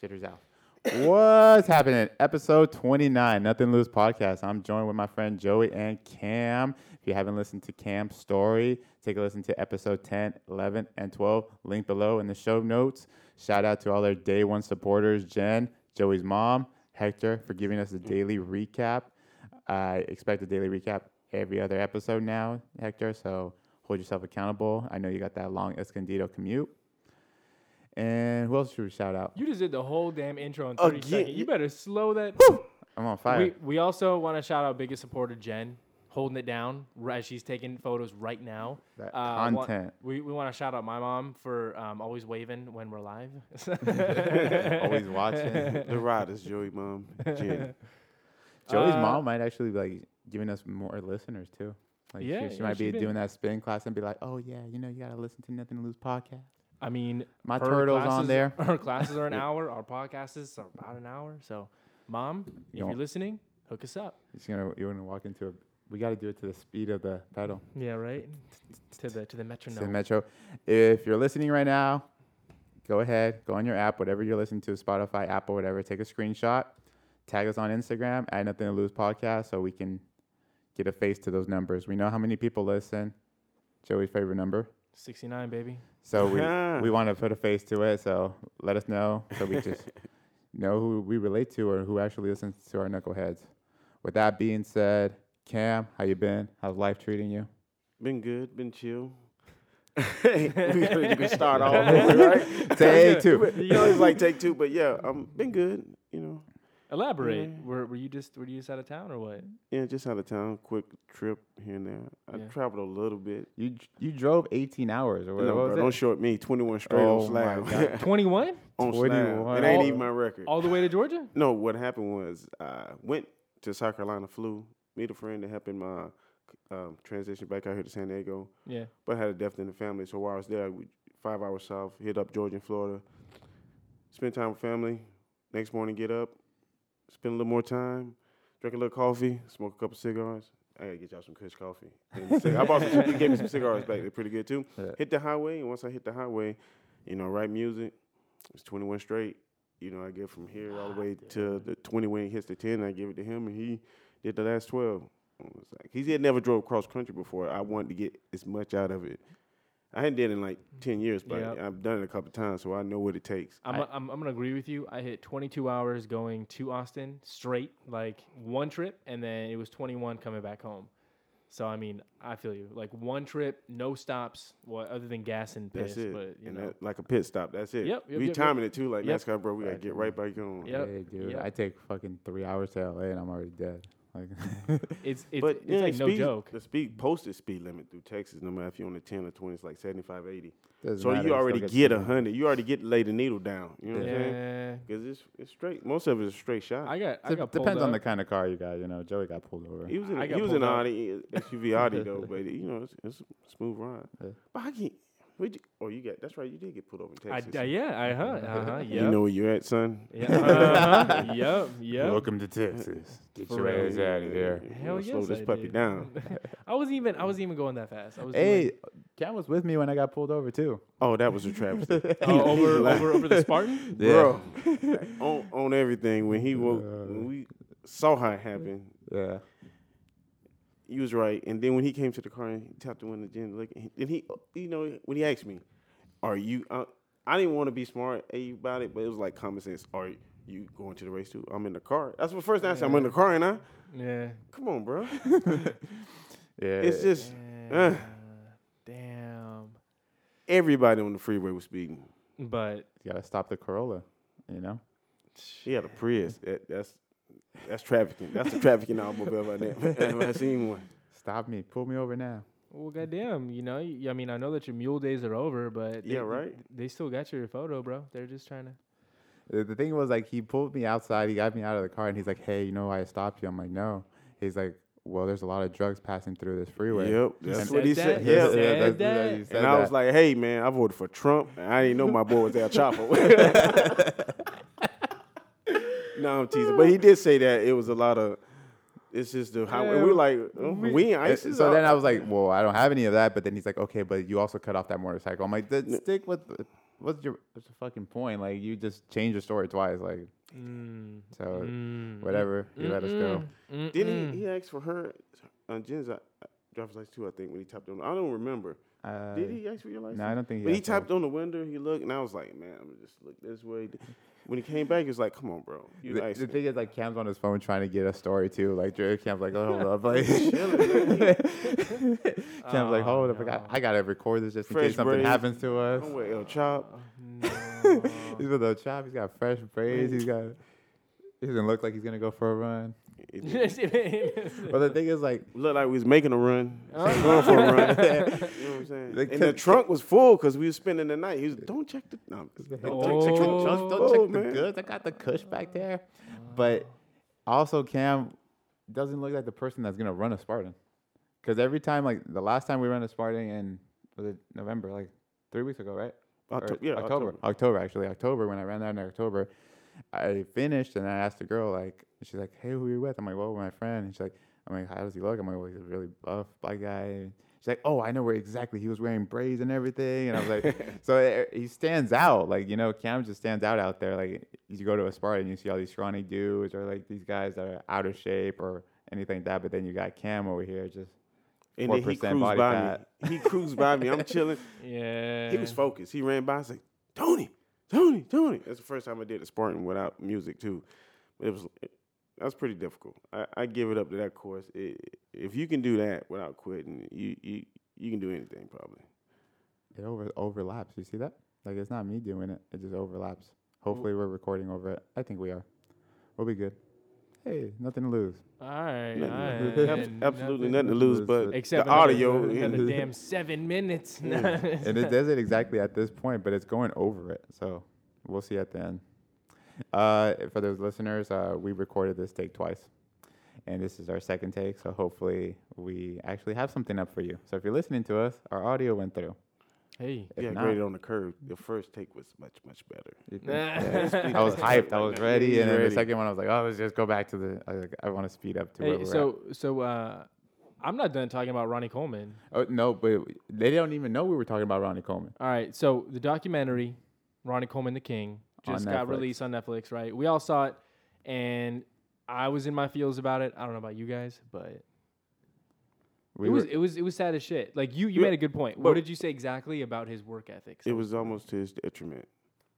Jitters out. What's happening? Episode 29, Nothing Loose podcast. I'm joined with my friend Joey and Cam. If you haven't listened to Cam's story, take a listen to episode 10, 11, and 12, link below in the show notes. Shout out to all our day one supporters Jen, Joey's mom, Hector, for giving us a daily recap. I expect a daily recap every other episode now, Hector, so hold yourself accountable. I know you got that long Escondido commute. And who else should we shout out? You just did the whole damn intro in 30 Again, seconds. you- You better slow that. I'm on fire. we, we also want to shout out biggest supporter, Jen, holding it down right as she's taking photos right now. That we want- content. we we want to shout out my mom for um, always waving when we're live. Always watching. The ride is Joey, mom, Jen. Joey's Uh, mom might actually be like giving us more listeners too. Like Yeah, she, she yeah, might be she's been- doing that spin class and be like, "Oh yeah, you know, you gotta listen to Nothing to Lose podcast." I mean, My her turtle's on classes- there. Our classes are an hour. Our podcast is about an hour. So, mom, if You you're want- listening, hook us up. She's gonna you're gonna walk into a. We gotta do it to the speed of the pedal. Yeah, right. To the to the It's the metronome. metro. If you're listening right now, go ahead, go on your app, whatever you're listening to, Spotify, Apple, whatever. Take a screenshot, tag us on Instagram at Nothing to Lose podcast, so we can get a face to those numbers. We know how many people listen. Joey's favorite number. 69, baby. So we we want to put a face to it. So let us know so we just know who we relate to or who actually listens to our knuckleheads. With that being said, Cam, how you been? How's life treating you? Been good, been chill. you can start all over, right? Take two. You always like take two, but yeah, um, been good. You know, Elaborate. Yeah. Were, were you just were you just out of town or what? yeah, just out of town, quick trip here and there. I Yeah. traveled a little bit. You dr- you drove 18 hours or what, what No, bro, was don't it? short me. Twenty-one straight Oh on my slab. 21 on slab. 21. It ain't All- even my record. all the way to Georgia? No, what happened was I went to South Carolina, flew, meet a friend to help in my um, transition back out here to San Diego. Yeah. but had a death in the family. So while I was there, we, five hours south, hit up Georgia and Florida, spend time with family. Next morning, get up, spend a little more time, drink a little coffee, smoke a couple cigars. I gotta get y'all some Kush coffee. And cig- I bought some. He gave me some cigars back. They're pretty good too. Yeah. Hit the highway, and once I hit the highway, you know, write music. It's 21 straight. You know, I get from here all the way to the 20 when it hits the 10. I give it to him, and he did the last 12. I was like, he had never drove cross country before. I wanted to get as much out of it. I hadn't did it in like 10 years, but Yep. I've done it a couple times, so I know what it takes. I'm, I, am i I'm gonna agree with you. I hit 22 hours going to Austin straight, like one trip, and then it was 21 coming back home. So I mean, I feel you. Like one trip, no stops, well, other than gas and piss. That's it. But you and know, that, like a pit stop. That's it. Yep, yep, we yep, yep. timing it too, like Yep. NASCAR, bro. We gotta get right back on. Yep. Hey, dude, Yep. I take fucking three hours to LA and I'm already dead. Like, it's it's, But it's yeah, like no speed- joke. The speed posted speed limit through Texas, no matter if you're on the 10 or 20, it's like 75, 80. doesn't So matter, you still already to get see a them. hundred. You already get lay the needle down. You know what I'm saying? Yeah, Because it's it's straight. Most of it is a straight shot. I got I Dep- got pulled depends on the up. kind of car you got. You know, Joey got pulled over. he was in I a- e, got he was pulled in an up. Audi SUV Audi though, but you know it's, it's a smooth ride. Yeah. But I can't. Where'd you, oh, you got that's right. You did get pulled over in I Texas. d- yeah, I huh, uh huh, yeah. You know where you're at, son. Yeah. Uh-huh. yep. Yep. Welcome to Texas. Get For your real. ass out of here. Hell Slow yes, this I puppy did. down. I wasn't even. I wasn't even going that fast. I was. Hey, Cam was with me when I got pulled over too. Oh, that was a travesty, doing, oh, over over over the Spartan. bro. on on everything when he woke, Uh, when we saw how it happened. Yeah. You was right. And then when he came to the car and he tapped the window, Jen, look, and he- and he, you know, when he asked me, "Are you?" Uh, I didn't want to be smart eh, about it, but it was like common sense. Are you going to the race too? I'm in the car. That's the first answer. I'm in the car, and I Yeah. come on, bro. Yeah. It's just Yeah. uh, Damn. everybody on the freeway was speeding. But you gotta stop the Corolla, you know? He had a Prius. That, that's that's trafficking. That's the trafficking automobile right there. Have I seen one? Stop me. Pull me over now. well, goddamn, you know, y- I mean, I know that your mule days are over, but Yeah, right. They still got your photo, bro. They're just trying to. The the thing was like he pulled me outside, he got me out of the car and he's like, Hey, you know why I stopped you? I'm like, No. He's like, Well, there's a lot of drugs passing through this freeway. Yep, that's And- what he Said said. that? Yeah, He said that's- that's- that? he said And I was that. like, hey, man, I voted for Trump. And I didn't know my boy was Al Chopper. no, I'm teasing. But he did say that it was a lot of, it's just the Yeah, highway. we were like, oh, we- we ain't Uh, ISIS. so then I was like, "Well, I don't have any of that." But then he's like, "Okay, but you also cut off that motorcycle." I'm like, then "Stick with the what's your what's the fucking point? Like you just change your story twice, like Mm, so mm, whatever. You let us go. mm, Did mm. he? He asked for her uh, Jen's uh, driver's license too. I think when he tapped on. I don't remember. Uh, Did he ask for your license? No, I don't think. But he asked that. tapped on the window. He looked, and I was like, man, I'm gonna just look this way. When he came back, he was like, come on, bro. You The, nice. the thing is, like, Cam's on his phone trying to get a story too. Like, Dre- Cam's like, "Oh, hold up, like, Cam's like, Oh, hold up, I got, no. I gotta record this just in Fresh case something braids. happens to us." Don't wait, El Chop. No. He's with a chop. He's got fresh braids. He's got. He doesn't look like he's gonna go for a run. It didn't But the thing is, like, look like we was making a run. So Uh-huh. going for a run. you know what I'm saying? They and the took- trunk was full because we was spending the night. He was, don't check the. No, I'm just- Don't don't check, check, check- check- check, Oh. don't- don't Oh, check the man. goods. I got the cush back there. But also, Cam doesn't look like the person that's gonna run a Spartan. Because every time, like the last time we ran a Spartan in was it November, like three weeks ago, right? Or Octo- yeah, October. October. October. actually, October. When I ran that in October, I finished and I asked the girl, like, she's like, "Hey, who are you with?" I'm like, "Well, my friend." And she's like, "I'm like, how does he look?" I'm like, "Well, he's a really buff black guy." She's like, "Oh, I know where exactly he was wearing braids and everything." And I was like, "So it, he stands out, like you know, Cam just stands out out there. Like you go to a Spartan, you see all these scrawny dudes or like these guys that are out of shape or anything like that, but then you got Cam over here just." And then he 4% cruised by body fat. me. He cruised by me. I'm chilling. yeah. He was focused. He ran by. I was like, Tony, Tony, Tony. That's the first time I did a Spartan without music too. But it was that was pretty difficult. I, I give it up to that course. It, if you can do that without quitting, you you you can do anything probably. It over overlaps. You see that? Like it's not me doing it. It just overlaps. Hopefully we're recording over it. I think we are. We'll be good. Hey, nothing to lose. All right. Nothing- all right, abs- absolutely nothing nothing to to lose lose, but but- Except the audio. Another, and- another damn seven minutes. and it does it exactly at this point, but it's going over it. So we'll see at the end. Uh, for those listeners, uh, we recorded this take twice, and this is our second take. So hopefully we actually have something up for you. So if you're listening to us, our audio went through. Hey. If yeah, not- graded on the curve. The first take was much much better. It- Nah. yeah, I was hyped. I was ready, and then Ready. the second one, I was like, "Oh, let's just go back to the." I, was like, I want to speed up to where Hey, we're at. so so uh, I'm not done talking about Ronnie Coleman. Oh no, but they don't even know we were talking about Ronnie Coleman. All right, so the documentary, Ronnie Coleman the King, On just got Netflix. released on Netflix, right? We all saw it, and I was in my feels about it. I don't know about you guys, but We it was were, it was it was sad as shit. Like you, you Yeah, made a good point. but- What did you say exactly about his work ethic? It was almost to his detriment.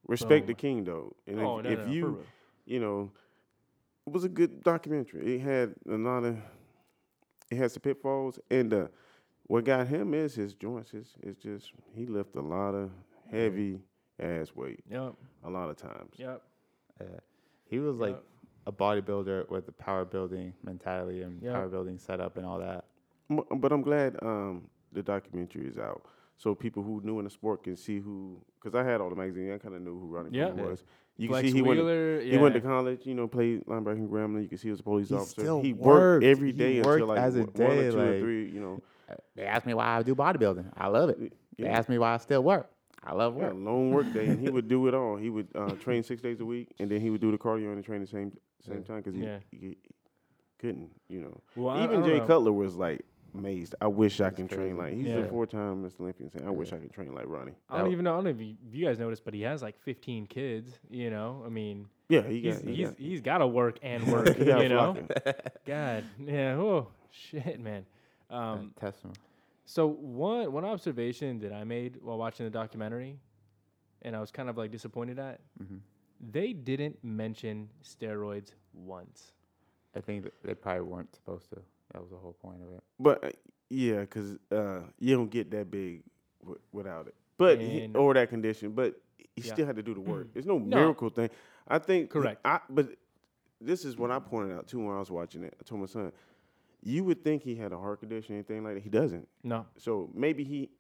Respect the Boom. king though. And if, oh no, if no, no, for you real. you know, it was a good documentary. It had a lot of, it has the pitfalls, and uh, what got him is his joints. His, it's just he left a lot of heavy ass weight Yep, a lot of times. yep, uh, he was like Yep. a bodybuilder with the power building mentality and Yep. power building setup and all that. M- But I'm glad um, the documentary is out, so people who knew in the sport can see who. Because I had all the magazines, I kind of knew who Ronnie Yeah. Coleman Yeah. was. You can Flex see he went. To, Wheeler, yeah. He went to college, you know, played linebacker in Grambling. You can see he was a police He officer. still he worked. every He day worked until like as a one one day, or two or like- three. You know, Uh, They asked me why I do bodybuilding. I love it. They Yeah. asked me why I still work. I love Yeah, work. long work day, and he would do it all. He would uh, train six days a week, and then he would do the cardio and the train the same same time because he, Yeah. he couldn't, you know. Well, I- I Even don't Jay know. Cutler was like amazed. I wish I can crazy. train like he's Yeah. a four time Mr. Olympian. Saying, I wish I could train like Ronnie. I don't even know. I don't know if you, if you guys noticed, but he has like 15 kids. You know, I mean, Yeah, he he's got. He he's, got, he's got to work and work. he got a you know, flock. God, yeah. Oh shit, man. Um, Testimony. So one one observation that I made while watching the documentary, and I was kind of like disappointed at, Mm-hmm. they didn't mention steroids once. I think that they probably weren't supposed to. That was the whole point of it. But uh, yeah, because uh, you don't get that big w- without it. But he, And- or that condition, but he Yeah. Mm. still had to do the work. It's no, No. miracle thing. I think Correct. I, but this is what I pointed out too when I was watching it. I told my son, you would think he had a heart condition, or anything like that. He doesn't. No. So maybe he.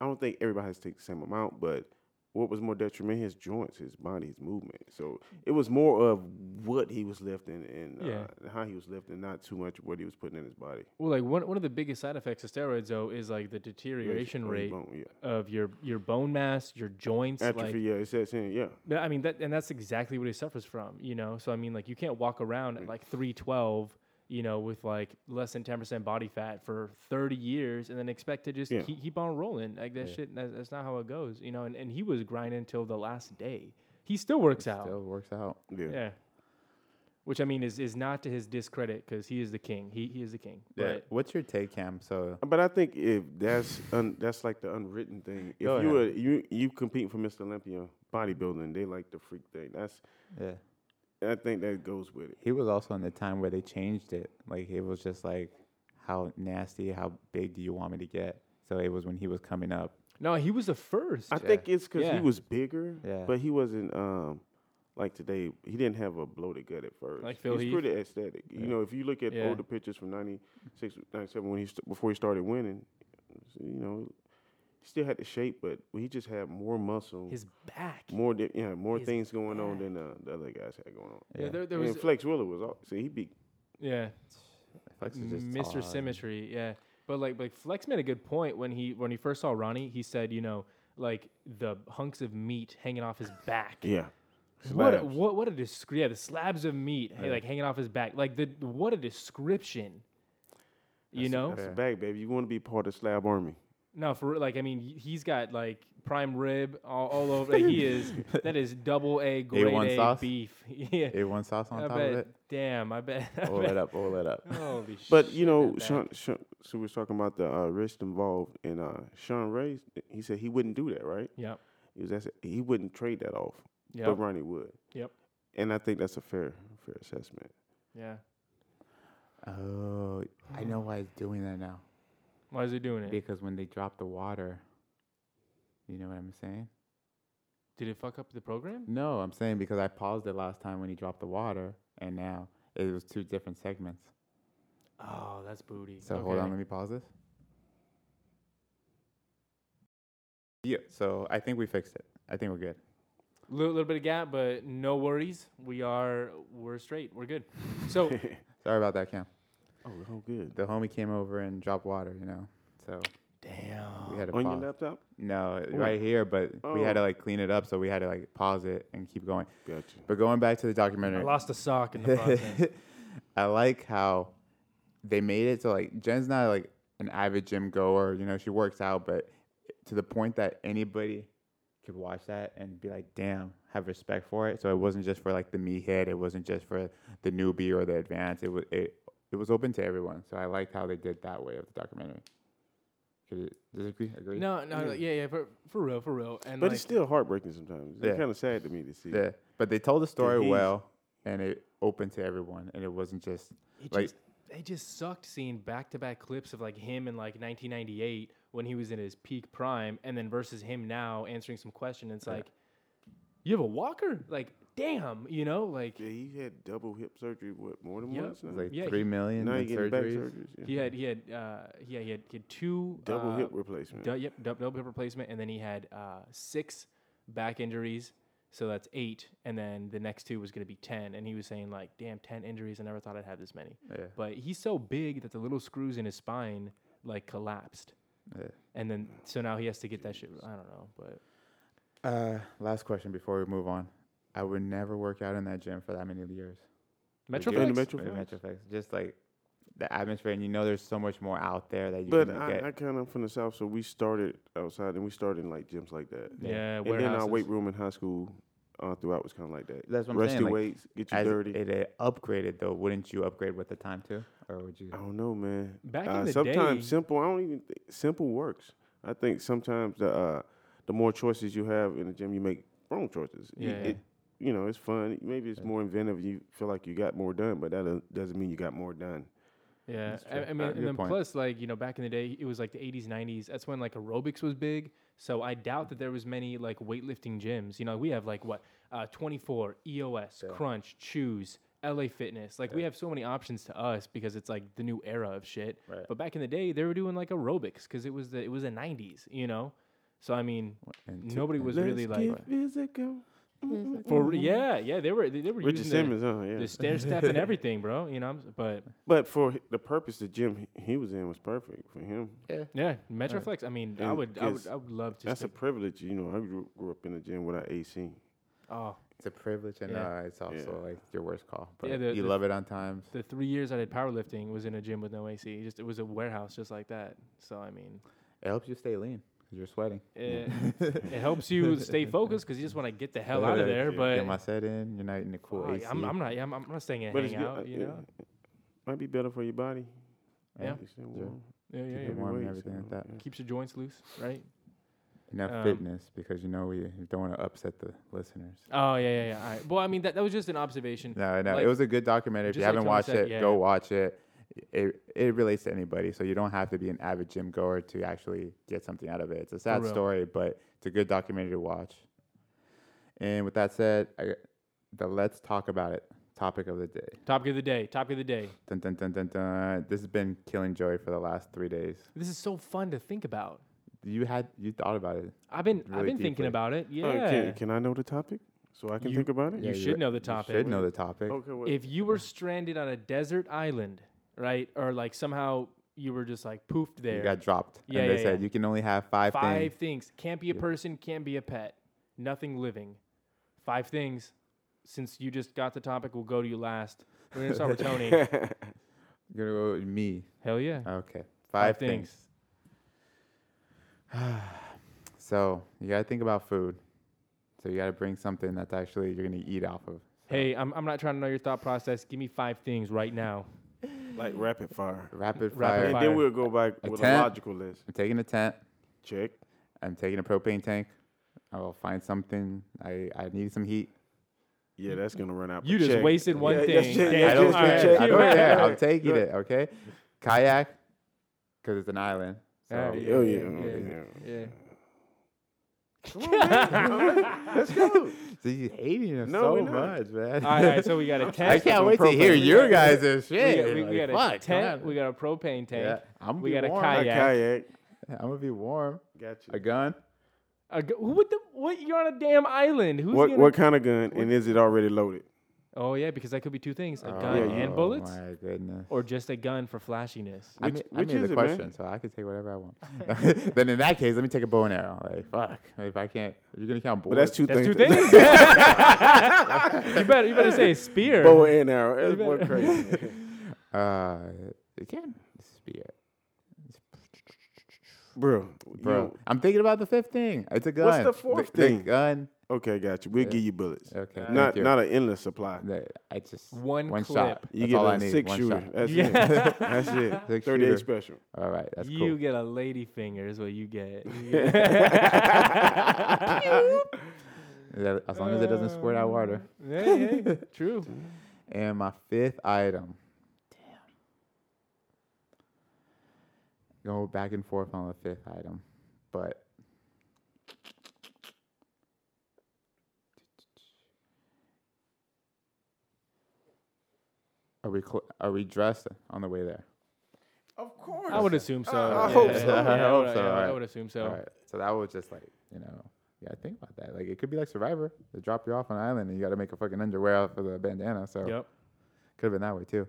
I don't think everybody has to take the same amount, but what was more detrimental his joints, his body, his movement. So it was more of what he was lifting and Yeah. uh, how he was lifting, not too much what he was putting in his body. Well, like one one of the biggest side effects of steroids though is like the deterioration Bone, rate bone, yeah. of your your bone mass, your joints. Atrophy, Like, yeah, it says in, yeah. No, I mean Mm. that, and that's exactly what he suffers from. You know, so I mean, like you can't walk around at like 312. you know, with like less than 10% body fat for 30 years and then expect to just Yeah. keep, keep on rolling. Like that Yeah. shit, that, that's not how it goes, you know. And, and he was grinding till the last day. He still works out. Still works out. Yeah. Yeah. Which I mean is is not to his discredit because he is the king. He he is the king. Yeah. But What's your take, Cam? So But I think if that's un, that's like the unwritten thing. If Go you ahead. were you you compete for Mr. Olympia bodybuilding, they like the freak thing. That's yeah, I think that goes with it. he was also in the time where they changed it. Like it was just like, how nasty? How big do you want me to get? So it was when he was coming up. no, he was the first. I think it's because Yeah. he was bigger, Yeah. but he wasn't um like today. He didn't have a bloated gut at first. Like Phil he's Heath. pretty aesthetic. You know, if you look at Yeah. older pictures from 96, 97, when he st- before he started winning, you know, he still had the shape, but he just had more muscle, his back. more di- yeah, more his things going on back. than uh, the other guys had going on. Yeah, Yeah. there, there and was Flex Wheeler was all, see he beat yeah, Flex is just tall Mr. and- Symmetry. Yeah, but like like Flex made a good point when he when he first saw Ronnie. He said, you know, like the hunks of meat hanging off his back. yeah. What a, Slabs. what what a descri- yeah the slabs of meat hey, Yeah. like hanging off his back like the what a description. You That's a- know, that's a Yeah. bag, baby. You want to be part of Slab Army? No, for real, like I mean, y- he's got like prime rib all, all over. Like, he is that is double A grade A1 A sauce? beef. yeah, A1 sauce on I top bet. of it. Damn, I bet. I Oil bet. it up. Oil it up. Holy But shit, you know, that back. Sean, Sean, so we are talking about the uh, risk involved, and uh, Sean Ray, he said he wouldn't do that, right? Yep. He was that's he wouldn't trade that off, Yep. but Ronnie would. Yep. And I think that's a fair, fair assessment. Yeah. Oh, I know why he's doing that now. Why is he doing it? Because when they drop the water, you know what I'm saying? Did it fuck up the program? No, I'm saying because I paused it last time when he dropped the water, and now it was two different segments. Oh, that's booty. So hold on, Okay. let me pause this. Yeah, so I think we fixed it. I think we're good. Little, little bit of gap, but no worries. We are we're straight. We're good. So Sorry about that, Cam. Oh, oh, good. The homie came over and dropped water, you know. So we damn. had to On pause. your laptop? No, right here, but we had to Oh. like clean it up, so we had to like pause it and keep going. Gotcha. But going back to the I documentary, lost a sock in the process. I like how they made it to like Jen's not like an avid gym goer, you know, she works out, but to the point that anybody could watch that and be like, damn, have respect for it. So it wasn't just for like the me head, it wasn't just for the newbie or the advanced. It was it it was open to everyone. So I liked how they did that way of the documentary. Could you disagree? Agree? no, no, yeah, yeah, for, for real, for real. And But like, it's still heartbreaking sometimes. It's Yeah. kind of sad to me to see. Yeah. But they told the story he's- well and it open to everyone and it wasn't just It Like- just it just sucked seeing back to back clips of like him in like 1998 when he was in his peak prime, and then versus him now answering some question. It's like, you have a walker, like damn, you know, like Yeah, he had double hip surgery. What more than Yep. once? it Now, was like Yeah, three he- million now you in getting back surgeries. surgeries. Yeah. he had he had uh yeah he had, he had two double uh, hip replacement. du- yep dub- double hip replacement, and then he had uh six back injuries. So that's eight, and then the next two was going to be ten. And he was saying like, "Damn, ten injuries! I never thought I'd have this many." Yeah. But he's so big that the little screws in his spine like collapsed. Yeah. And then so now he has to get that shit. I don't know, but Uh, last question before we move on. I would never work out in that gym for that many years. During Metroplex. the Maybe Metroplex? Metroplex. Just like the atmosphere, and you know, there's so much more out there that you But can I, get. I kind of from the south, so we started outside and we started in like gyms like that. Yeah. yeah, and then uh, our warehouses. weight room in high school uh, throughout was kind of like that. That's what I'm Rusty saying. like, weights, get you as dirty. it uh, upgraded though, wouldn't you upgrade with the time too, or would you? I don't know, man. Back Uh, in the sometimes day, simple. I don't even think simple works. I think sometimes the uh, the more choices you have in the gym, you make wrong choices. You- Yeah. It, you know, it's fun. Maybe it's more inventive. You feel like you got more done, but that doesn't- doesn't mean you got more done. yeah. That's I, true. I mean, Uh, good and then point. plus, like you know, back in the day, it was like the '80s, '90s. That's when like aerobics was big. So I doubt that there was many like weightlifting gyms. You know, we have like what uh, 24 EOS, Crunch, Choose, LA Fitness. Like we have so many options to us because it's like the new era of shit. Right. But back in the day, they were doing like aerobics because it was the it was the '90s. You know, so I mean, And to- nobody was really Let's like get physical. For re- yeah, yeah, they were they, they were Richard using the- Simmons, huh? Yeah. the, stair step and everything, bro. You know, I'm s- but But for h- the purpose the gym he- he was in was perfect for him. yeah, Metroflex. I mean, I And would, I would, it's- I would love to. That's a stick- privilege, you know. I grew, grew up in a gym without AC. oh, It's a privilege, and Yeah. uh, it's also like your worst call. But the- you the- love it on times. The three years I did powerlifting was in a gym with no AC. Just it was a warehouse, just like that. So I mean, It helps you stay lean because you're sweating. it, it helps you stay focused because you just want to get the hell out of Yeah, there. yeah. Get But my set in. You're not eating the cool fuck, AC. Oh, I'm, I'm not. I'm, I'm not staying and But it's hang good. uh, out. You yeah. know. Might be better for your body. Yeah. You stay warm. Yeah, yeah, Keep yeah. it warm and weight, everything like so, that. yeah. Keeps your joints loose, right? Enough Um, fitness because you know we we don't want to upset the listeners. Oh yeah, yeah, yeah. All right. Well, I mean that, that was just an observation. No, no, Like- it was a good documentary. If just you like haven't Tony watched said, it, yeah, go yeah. watch it. It it relates to anybody, so you don't have to be an avid gym goer to actually get something out of it. It's a sad real. story, but it's a good documentary to watch. And with that said, I, the let's talk about it topic of the day. Topic of the day. Topic of the day. Dun, dun, dun, dun, dun. This has been killing Joey for the last three days. This is so fun to think about. You had you thought about it. I've been I've Really been thinking deeply. Oh, about it. Yeah. Uh, can, can I know the topic so I can You- think about it? you should know the topic. You Oh, should know the topic. Okay. Well, if you were stranded on a desert island, right, or like somehow you were just like poofed there, You got dropped, Yeah, and they yeah, said yeah. you can only have five, five things. things. Can't be a person. Can't be a pet. Nothing living. Five things. Since you just got the topic, we'll go to you last. We're gonna start with Tony. You're gonna go with me. Hell yeah. Okay. Five, Five things. things. So you gotta think about food. So you gotta bring something that's actually you're gonna eat off of. Hey, I'm, I'm not trying to know your thought process. Give me five things right now. like rapid fire. Rapid fire. Rapid And fire. then we'll go back with a tent. logical list. I'm taking a tent. Check. I'm taking a propane tank. I will find something. I, I need some heat. Yeah, that's gonna run out. You but just check. wasted one Yeah, thing. just check, Damn. yeah, I don't just check, care. I check. don't Yeah, care. yeah, I'm taking yeah. it. Okay. Kayak, because it's an island. So All right. Oh yeah. Yeah, yeah, yeah. yeah. Yeah. Let's go. so you hating him No, so we're not. much, man. All right, all right, so we got a tent. I can't wait to hear Propane. your guys' shit. We got, we, we Like, got a fuck, tent. man. We got a propane tank. Yeah, I'm we be got a warm. A kayak. kayak. I'm gonna be warm. Got A you. gun. A g- who would the what? You're on a damn island. Who's What gonna? what kind of gun and is it already loaded? Oh yeah, because that could be two things: a gun yeah, you- and bullets, Oh my goodness. or just a gun for flashiness. I Which- made, I which made is the it, man? question, so I could take whatever I want. then in that case, let me take a bow and arrow. Like fuck, if I can't, you're gonna count But bullets. that's two That's two things. things. you better you better say a spear. Bow and arrow. That's one crazy. Uh, it can spear, Bro, bro. bro. I'm thinking about the fifth thing. It's a gun. the fourth thing? gun. okay, got you. We'll give you bullets. Okay, Not thank you. not an endless supply. The- I just One shot. clip. You That's get all a I need. six one shooter. shot. That's Yeah. it. That's it. Six 38 shooter. special. All right, that's you cool. get a lady finger is what you get. You Yeah, As long as it doesn't squirt out water. get- yeah, yeah, true. And my fifth item. Damn. Go back and forth on the fifth item. But Are we cl- are we dressed on the way there? Of course. I would assume so. I yeah, hope yeah, so. yeah, I yeah, hope so, yeah, yeah, I alright. would assume so. All right. So that was just like you know, yeah. Think about that. Like it could be like Survivor. They drop you off on an island and you got to make a fucking underwear out for the bandana. So Yep. Could have been that way too.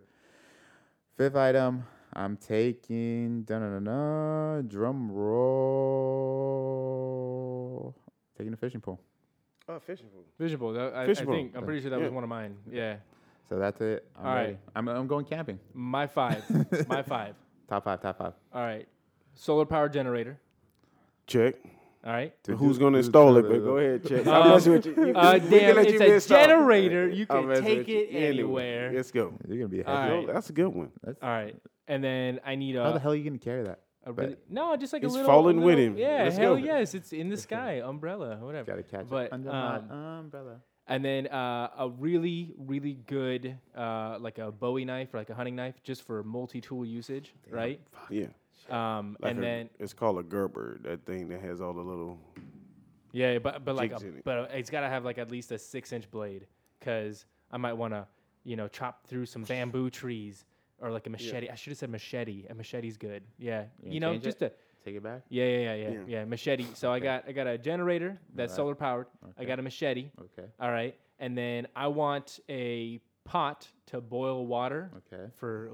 Fifth item, I'm taking dun dun dun drum roll. Taking a fishing pole. Oh, fishing food. Vision bowl. that- I, I Fishbowl. think I'm pretty sure that was Yeah. one of mine. Yeah. So that's it. I'm All right. ready. I'm, I'm going camping. My five. My five. Top five, top five. All right. Solar power generator. Check. All right. Who's gonna install it? But go ahead, check. Um, I'm messing with you. You- we uh, can damn, let it's you a install it. generator. You I'm can messing take with you it anywhere. Let's go. You're gonna be heavy. All Yo, right. Uh, That's a good one. That's, All right. And then I need how the a, hell are you gonna carry that? a really, no, just like It's a little. falling a with little- him. Yeah, Let's hell go. yes, it's in the sky, umbrella, whatever. Gotta catch But, it under um, my umbrella. And then uh, a really, really good, uh, like a Bowie knife or like a hunting knife, just for multi-tool usage, right? Yeah. Um, Like and a- then it's called a Gerber, that thing that has all the little. yeah, but but like, a, Jigs in it. but it's got to have like at least a six-inch blade, because I might want to, you know, chop through some bamboo trees or like a machete. I should have said machete. A machete's good. Yeah, gonna you know, change just it? a Take it back. Yeah, yeah, yeah, yeah, Yeah. yeah. Machete. So I got I got a generator that's Alright. solar powered. I Okay. got a machete. Okay. All right, and then I want a pot to boil water Okay. for.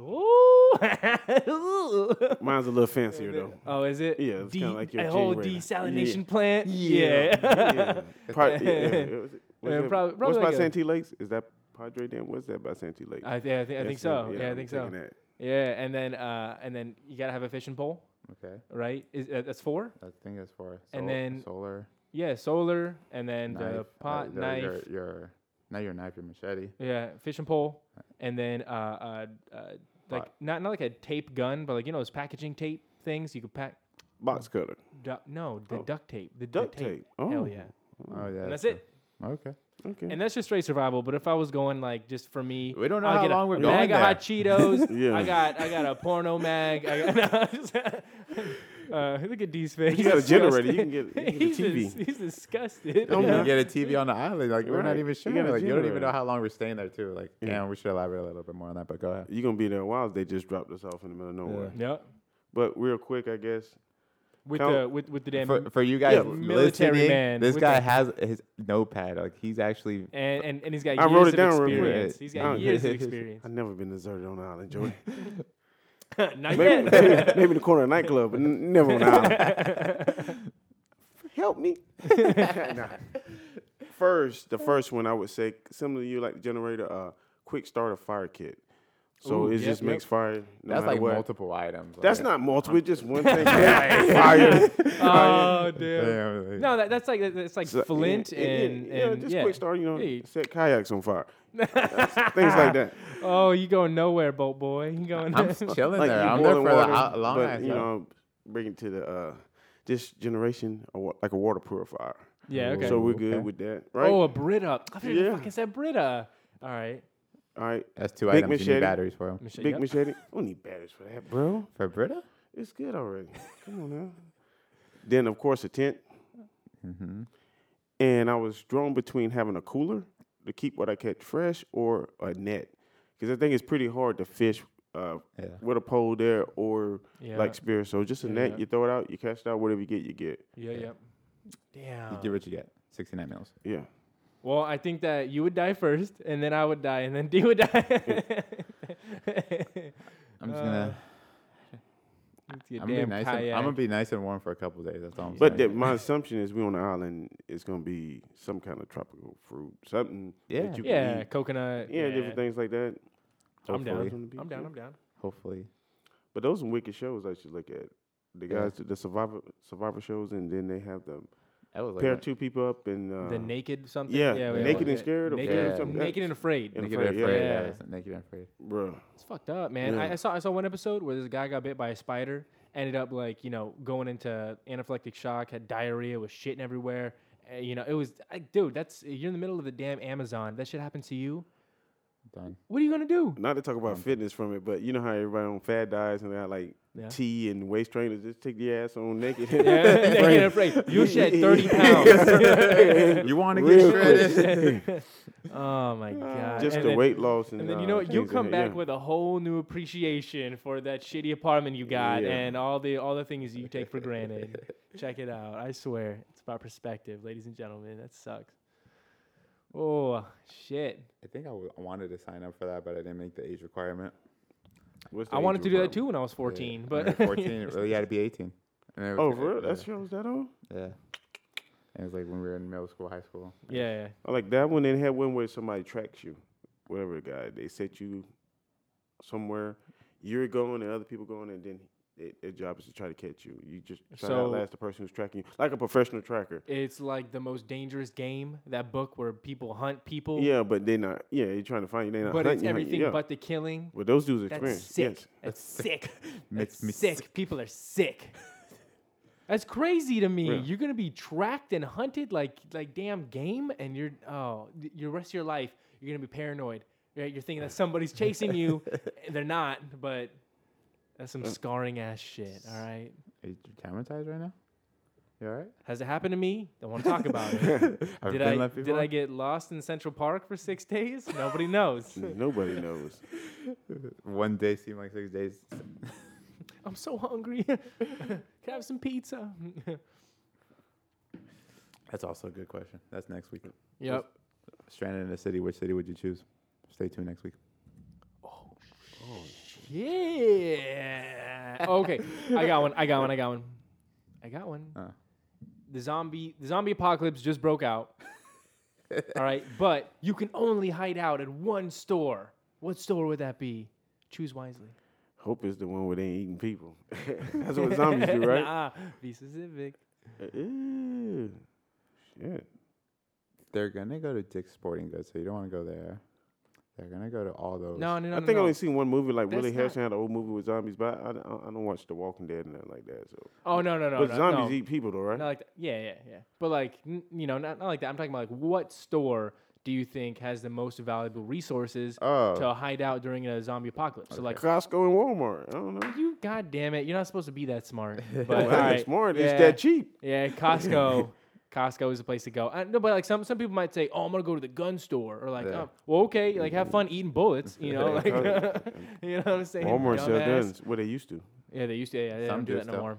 Ooh. Mine's a little fancier though. oh, is it? Yeah, it's kinda like your a whole generator. desalination plant. Yeah. Yeah. Part, yeah, yeah. What's, Yeah, that- prob- probably what's by like a- Santee Lakes? Is that Padre Dam? What's that by Santee Lakes? I, yeah, I, think I think That's so. it. Yeah, I I'm think so. taking that. Yeah, and then uh, and then you gotta have a fishing pole, Okay. right? Is uh, that's four? I think that's for And sol- then solar Yeah, solar, and then knife, the uh, pot the- knife. Your, your not your knife, your machete. Yeah, fishing pole, and then uh, uh, uh like Right. not not like a tape gun, but like you know those packaging tape things you could pack. Box cutter. Du- no, the Oh. duct tape. The the Duct tape. Oh, Hell yeah, Oh yeah. and that's so- it. Okay. Okay. And that's just straight survival. But if I was going like just for me, We don't know I'll how get long a we're bag going of there. hot Cheetos. Yeah. I got I got a porno mag. I got, uh, look at D's face. You got a He's generator. You disgusted. can get- you can get a he's, TV. dis- he's disgusted. You yeah. can get a TV on the island. Like we're Right. not even You sure. got a Like you don't even generator. know how long we're staying there too. Like Yeah. yeah, we should elaborate a little bit more on that. But go ahead. You're gonna be there a while. if They just dropped us off in the middle of nowhere. Yep. But real quick, I guess. With Count- the with with the damn For, for you guys Yeah, military listening, man this with guy the- has his notepad. Like he's actually and, and and he's got I years wrote of it down real quick. experience. He's Oh, got years of yeah. experience. I've never been deserted on an island, Joey. Not maybe, yet. maybe, maybe in the corner of a nightclub, but n- never on an island. Help me. Nah. First, the first one I would say, similar to you, like the generator, uh, quick starter fire kit. So Ooh, it yep, just yep. makes fire. No that's matter like what. multiple items. That's like- not multiple. It's just one thing. fire. oh damn. Damn, like- No, that, that's like that's like So- Flint yeah, yeah, and yeah, and just yeah. quick start. You know, Yeah, you- set kayaks on fire. Things like that. Oh, you going nowhere, boat boy? You going? I'm just chilling Like there. you I'm there boiling for water, the hou- long but ass you time. know, bring it to the uh, this generation a wa- like a water purifier. yeah. Okay. So we're Okay. good with that, right? Oh, a Brita. I figured you Yeah. fucking said Brita. All right. All right, That's two Big items. You machete. need batteries for 'em. Michelle, big yep. machete. I don't need batteries for that, bro. For Brita? It's good already. Come on now. Then of course a tent, Mm-hmm. and I was drawn between having a cooler to keep what I catch fresh or a net, because I think it's pretty hard to fish. Uh, Yeah. with a pole there or Yeah. like spear. So just a Yeah, net, yeah. you throw it out, you catch it out, whatever you get, you get. Yeah. Yep. You Damn. get what you get. 69 meals. Yeah. Well, I think that you would die first, and then I would die, and then D would die. I'm just Uh, gonna. It's your I'm gonna, be damn nice and, kayak. I'm gonna be nice and warm for a couple days. That's all I'm But saying. that my assumption is we on the island, it's gonna be some kind of tropical fruit, something Yeah. that you yeah, can eat. coconut. Yeah, different things like that. I'm down. Hopefully. Gonna be I'm down. good. I'm down. Hopefully. But those are wicked shows I should look at. The Yeah. guys, do the survivor survivor shows, and then they have the That was like pair a- two people up and uh, the naked something. yeah, we Naked always and get- Scared or Naked, Yeah. and- something. naked and afraid. Yeah. Naked afraid, and afraid. yeah. Yeah. it's Naked and afraid. bro. It's fucked up, man. I, Yeah. I saw I saw one episode where this guy got bit by a spider, ended up like you know going into anaphylactic shock, had diarrhea, was shitting everywhere. Uh, you know, it was like, dude, that's you're in the middle of the damn Amazon. That shit happens to you. Done. What are you gonna do? Not to talk about Um, fitness from it, but you know how everybody on fad diets and they got like Yeah. tea and waist trainers, just take the ass on naked. Yeah, naked and afraid. You shed thirty pounds. you want to Real get quick. shredded? oh my god! Just And the then- weight loss, and, And then uh, you know what? You'll things in come it, back yeah. with a whole new appreciation for that shitty apartment you got Yeah. and all the all the things you take for granted. Check it out. I swear. It's about perspective, ladies and gentlemen. That sucks. Oh shit. I think I, w- I wanted to sign up for that, but I didn't make the age requirement. What's the I wanted age to do that requirement? too when I was Yeah, 14, when but you're 14, it really had to be 18. And it was- Oh, for real? yeah, That shows that on? Yeah. And it was like when we were in middle school, high school. yeah, I like that one. They had one where somebody tracks you, whatever the guy. They set you somewhere. You're going, and other people going, and then it, their job is to try to catch you. You just try to So- outlast the person who's tracking you, like a professional tracker. it's like the most dangerous game. That book where people hunt people, Yeah, but they're not. Yeah, you're trying to find you. They're not. Oh. but it's hunting you, hunting everything you, yeah. but the killing. Well, those dudes That's experience. sick. Yes. That's sick. Makes That's me sick. People are sick. That's crazy to me. Yeah. You're gonna be tracked and hunted like like damn game, and you're oh th- your rest of your life you're gonna be paranoid. Right? You're thinking that somebody's chasing you. and They're not, but that's some scarring ass shit. All right. Are you traumatized right now? You all right? Has it happened to me? Don't want to talk about it. I've did been I left did before? I get lost in Central Park for six days? Nobody knows. Nobody knows. One day seemed like six days. I'm so hungry. Can I have some pizza? That's also a good question. That's next week. yep. Stranded in a city, which city would you choose? Stay tuned next week. Yeah. okay, I got one. I got one. I got one. I got one. Uh. The zombie the zombie apocalypse just broke out. All right, but you can only hide out at one store. What store would that be? Choose wisely. Hope is the one where they ain't eating people. That's what zombies do, right? nah, be specific. Ew. Shit. They're gonna go to Dick's Sporting Goods, so you don't want to go there. They're gonna go to all those. No, no, no. I no, think I no. only seen one movie like That's Willie not- Harrison had an old movie with zombies, but I, I, I don't watch The Walking Dead and nothing like that. So, Oh no, no, no. but no, zombies no. eat people though, right? Not like that. Yeah, yeah, yeah. But like, n- you know, not, not like that. I'm talking about like what store do you think has the most valuable resources Uh, Oh. to hide out during a zombie apocalypse? So like, Costco and Walmart. I don't know. you goddamn it, you're not supposed to be that smart. But Well, all I ain't right, smart. yeah, It's that cheap. Yeah, Costco. Costco is the place to go. I, no, but like some some people might say, "Oh, I'm gonna go to the gun store," or like, Yeah. "Oh, well, okay, like have fun eating bullets," you know, like, you know what I'm saying? Walmart sells dumbass. guns. What they used to. Yeah, they used to. Yeah, they Some don't do do that no still. more.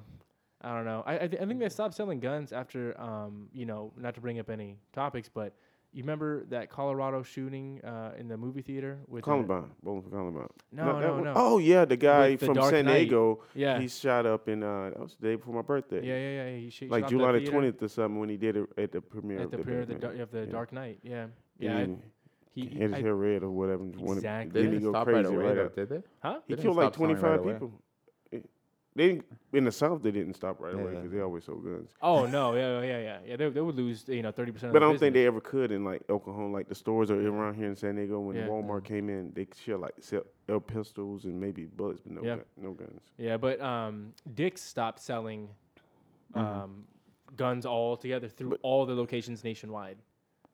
I don't know. I I, th- I think they stopped selling guns after um you know not to bring up any topics, but you remember that Colorado shooting uh, in the movie theater with the- Columbine. Bowling for Columbine. No, Not that no, one. no. Oh yeah, the guy With the from Dark San Knight. Diego. Yeah. He shot up in uh that was the day before my birthday. yeah, yeah, yeah. He sh- Like shot July the the theater twentieth or something when he did it at the premiere at of the the, premiere of the, Batman. Dar- of the Yeah. Dark Knight. Yeah, He yeah. I- didn't- he, He had his I- hair red or whatever. and wanted- Exactly. they Then he didn't go stop right crazy away, right though, up. did they? huh? He They killed didn't like stop selling twenty right five away. people. It- They didn't, in the South they didn't stop right away Yeah. because they always sold guns. Oh no, yeah, yeah, yeah, yeah. They, they would lose, you know, thirty percent. But I don't think they ever could in like Oklahoma, like the stores are around here in San Diego. When Yeah. Mm. Walmart came in, they sell like sell sell pistols and maybe bullets, but no Yeah. gun, no guns. Yeah, but um, Dick's stopped selling um, guns altogether through Mm-hmm. But- all the locations nationwide.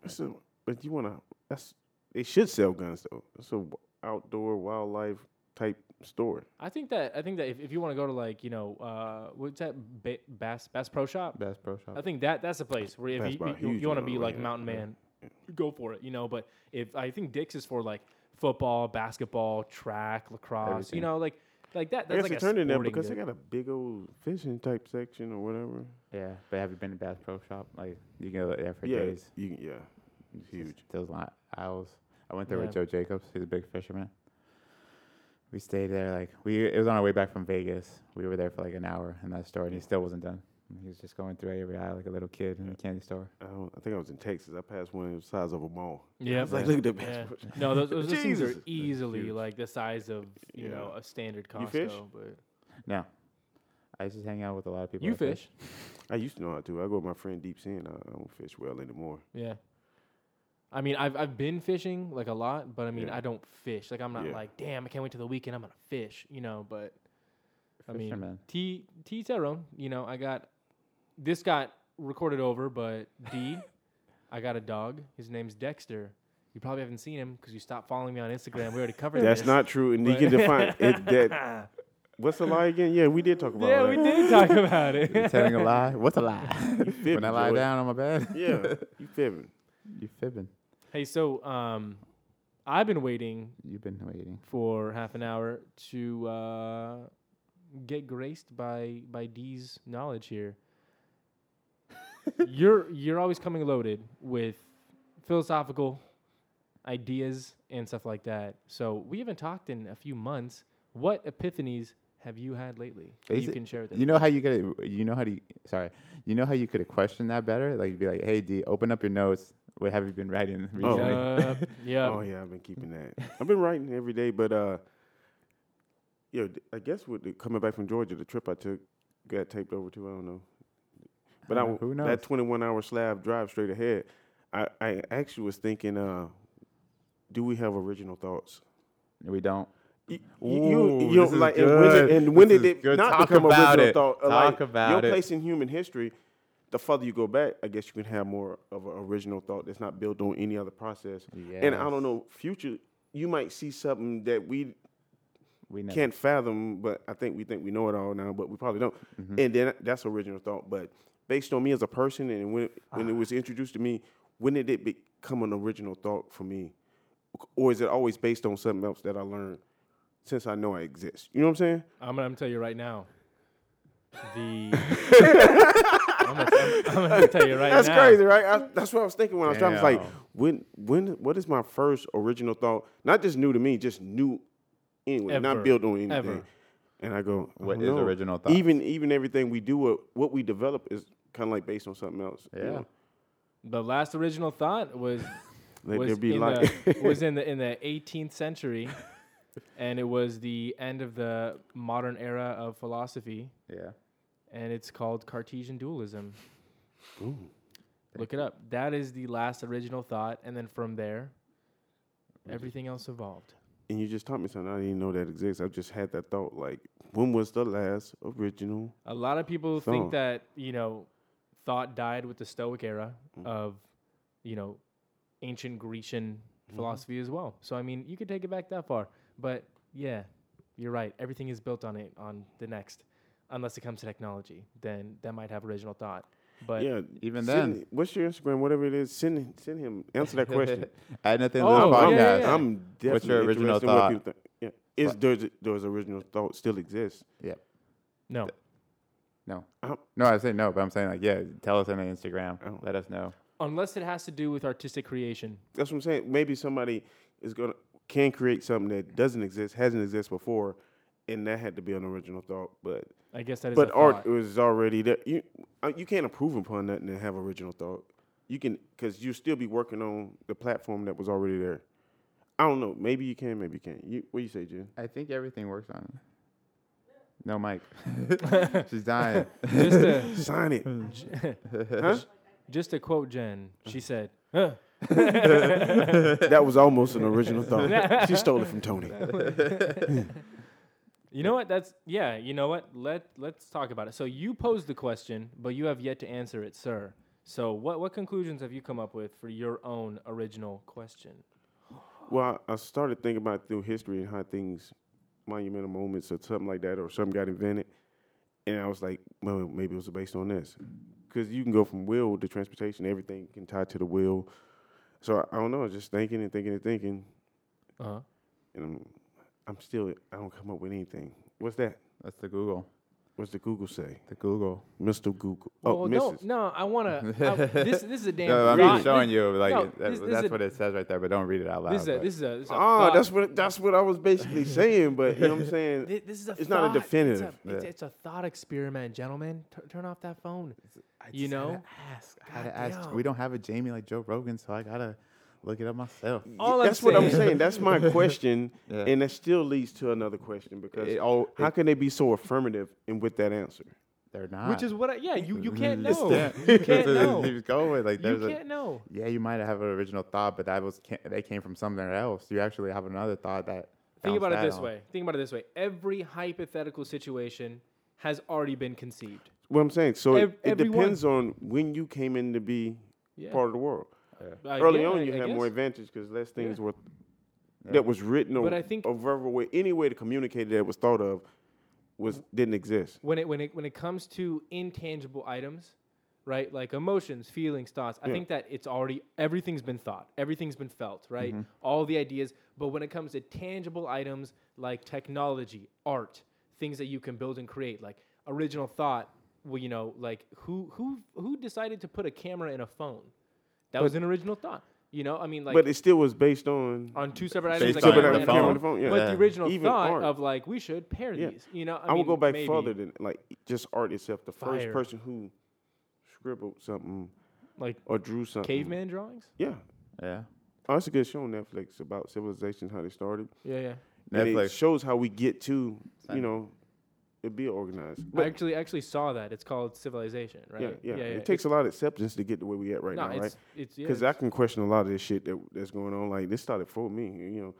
That's a, but you want to? That's they should sell guns though. It's a w- outdoor wildlife type store. I think that I think that if, if you want to go to like you know uh, what's that ba- Bass Bass Pro Shop, Best Pro Shop. I think that that's a place where if Bass you, Pro, you, huge want to one be over like here, mountain yeah. man, go for it, you know. But if I think Dick's is for like football, basketball, track, lacrosse, you Everything. know, like like that. That's I guess like it a turned in there sporting because good. they got a big old fishing type section or whatever. Yeah, but have you been to Bass Pro Shop? Like you can go there for yeah, days. you, yeah, it's Just huge. Those li- aisles. I went there Yeah. with Joe Jacobs. He's a big fisherman. We stayed there like we. It was on our way back from Vegas. We were there for like an hour in that store, and he still wasn't done. He was just going through every aisle like a little kid in a candy store. I, don't, I think I was in Texas. I passed one the size of a mall. Yeah, I was like, look at that. Yeah. Bass Pro Shop. No, those, those, those things are Jesus. easily Huge. like the size of you Yeah. know a standard Costco. You fish? But No, I just hang out with a lot of people. you that fish, I used to know how to. I go with my friend Deep Sea, and I, I don't fish well anymore. yeah. I mean, I've I've been fishing like a lot, but I mean, Yeah. I don't fish. Like I'm not Yeah. like, damn, I can't wait till the weekend. I'm gonna fish, you know. But I mean, Fisherman. T T Tyrone, you know, I got this got recorded over, but D, I got a dog. His name's Dexter. You probably haven't seen him because you stopped following me on Instagram. We already covered That's this. not true. And you can define it. That what's the lie again? Yeah, we did talk about. Yeah, all we that. did talk about it. You telling a lie? What's a lie? when I fibbing, lie Joey. down on my bed, Yeah, you fibbing. you fibbing. Hey, so um, I've been waiting You've been waiting. for half an hour to uh, get graced by by D's knowledge here. you're you're always coming loaded with philosophical ideas and stuff like that. So we haven't talked in a few months. What epiphanies have you had lately? that Is you it- can share with us. You know how you could you know how to sorry you know how you could have questioned that better like you'd be like hey D open up your notes what have you been writing Oh. recently yeah. Oh yeah, I've been keeping that. I've been writing every day, but uh, yo, d- I guess with the, coming back from Georgia, the trip I took got taped over too. I don't know, but I, Uh, who knows? that twenty-one hour slab drive straight ahead. I, I actually was thinking, uh, do we have original thoughts? we don't Y- y- Ooh, you, you this is like, and when, good. did, and when This did is it good. not Talk become about original it. thought? Uh, Talk like, about it. your place in human history. The further you go back, I guess you can have more of an original thought that's not built on any other process. And I Yes. don't know, future you might see something that we we never. can't fathom, but I think we think we know it all now, but we probably don't. Mm-hmm. And then that's original thought. But based on me as a person and when when it Ah. was introduced to me, when did it become an original thought for me? Or is it always based on something else that I learned since I know I exist? You know what I'm saying? I'm gonna, I'm gonna tell you right now. The I'm, gonna, I'm- I'm gonna tell you right That's now. crazy, right? I, that's what I was thinking when I was driving. It's like, Damn. when, when, what is my first original thought? Not just new to me, just new anyway, Ever. not built on anything. Ever. And I go, I What don't is know. original thought? Even even everything we do, what, what we develop is kind of like based on something else. you Yeah. know? The last original thought was Let was, there be in light. the, was in the in the 18th century, and it was the end of the modern era of philosophy, Yeah. and it's called Cartesian dualism. Ooh. Look it up. That is the last original thought, and then from there, everything else evolved. And you just taught me something I didn't even know that exists. I just had that thought like, when was the last original? A lot of people So- think that you know, thought died with the Stoic era Mm-hmm. of, you know, ancient Grecian Mm-hmm. philosophy as well. So I mean, you could take it back that far, but yeah, you're right. Everything is built on it on the next, unless it comes to technology, then that might have original thought. But yeah, Even send- then. what's your Instagram? Whatever it is, send send him answer that question. At nothing Oh, loose yeah, podcast. yeah, yeah. I'm definitely What's your original interested in what thought? people think. Yeah. Is does it- does original thought still exist? no, No. I'm- No, I say no, but I'm saying like, yeah, tell us on the Instagram. Oh. Let us know. unless it has to do with artistic creation. That's what I'm saying. Maybe somebody is gonna can create something that doesn't exist, hasn't existed before, and that had to be an original thought. But I guess that is. but a art thought. was already there. You uh, you can't improve upon nothing and have original thought. You can because you still be working on the platform that was already there. I don't know. Maybe you can. Maybe you can't. You, what do you say, Jim? I think everything works on it. No, Mike. She's dying. Just to, Sign it. Huh? just to quote Jen, she said, huh, that was almost an original thought. she stole it from Tony. You know what? That's yeah. You know what? Let Let's talk about it. So you posed the question, but you have yet to answer it, sir. So what what conclusions have you come up with for your own original question? Well, I I started thinking about through history and how things, monumental moments or something like that, or something got invented. And I was like, well, maybe it was based on this. Because you can go from will to transportation, everything can tie to the will. So I, I don't know, I was just thinking and thinking and thinking. Oh, Uh-huh. And I'm, I'm still, I don't come up with anything. What's that? That's the Google. What's the Google say? The Google. Mr. Google. Oh, Oh, no, Mrs. no. I wanna. I, this This is a damn. No, I'm thought. just showing you. Like no, that- this- this that's is- what it says right there, but don't read it out loud. This is a. but- This is a. This is a Ah, thought. that's what that's what I was basically saying, but you know what I'm saying? Thi- This is a It's not a thought. It's definitive. It's a, it's, it's a thought experiment, gentlemen. Tur- turn off that phone. I you just gotta know? ask. I gotta ask. We Goddamn. don't have a Jamie like Joe Rogan, so I gotta look it up myself. All I'm that's what I'm saying- saying. That's my question, Yeah. and that still leads to another question because It all- how it- can they be so affirmative and with that answer? They're not. Which is what I. Yeah. You you can't It's know. that- You that's can't what know. He was going with like You there's a. can't know. Yeah, you might have an original thought, but that was can't, that came from somewhere else. You actually have another thought that. Think bounced about it that this on. way. Think about it this way. Every hypothetical situation has already been conceived. What I'm saying. So Ev- it, it everyone- depends on when you came in to be Yeah. part of the world. Uh, Early yeah, on, I- you I had more guess. advantage because less things Yeah. were that was written or But I think- or verbal way, any way to communicate that was thought of was didn't exist. when it when it when it comes to intangible items, right? Like emotions, feelings, thoughts. I Yeah. think that it's already everything's been thought, everything's been felt, right? Mm-hmm. All the ideas. But when it comes to tangible items like technology, art, things that you can build and create, like original thought. Well, you know, like who who who decided to put a camera in a phone? That was an original thought. You know, I mean, like but it still was based on. on two separate Based items. on I the ran phone. out. phone, yeah. But Yeah. the original Even thought art. of like we should pair Yeah. these. You know, I, I, will mean, go back maybe. further than like just art itself. The first Fire. person who scribbled something Like or drew something. caveman drawings. Yeah. Yeah. Oh, it's a good show on Netflix about civilization, how they started. Yeah, yeah. And Netflix. it shows how we get to, you know, it be organized. I But actually actually saw that. It's called Civilization, right? yeah, yeah, It takes a lot of acceptance to get to where we at right no, now, it's right? it's yeah, Because I it's- can question a lot of this shit that, that's going on. Like this started for me, you know.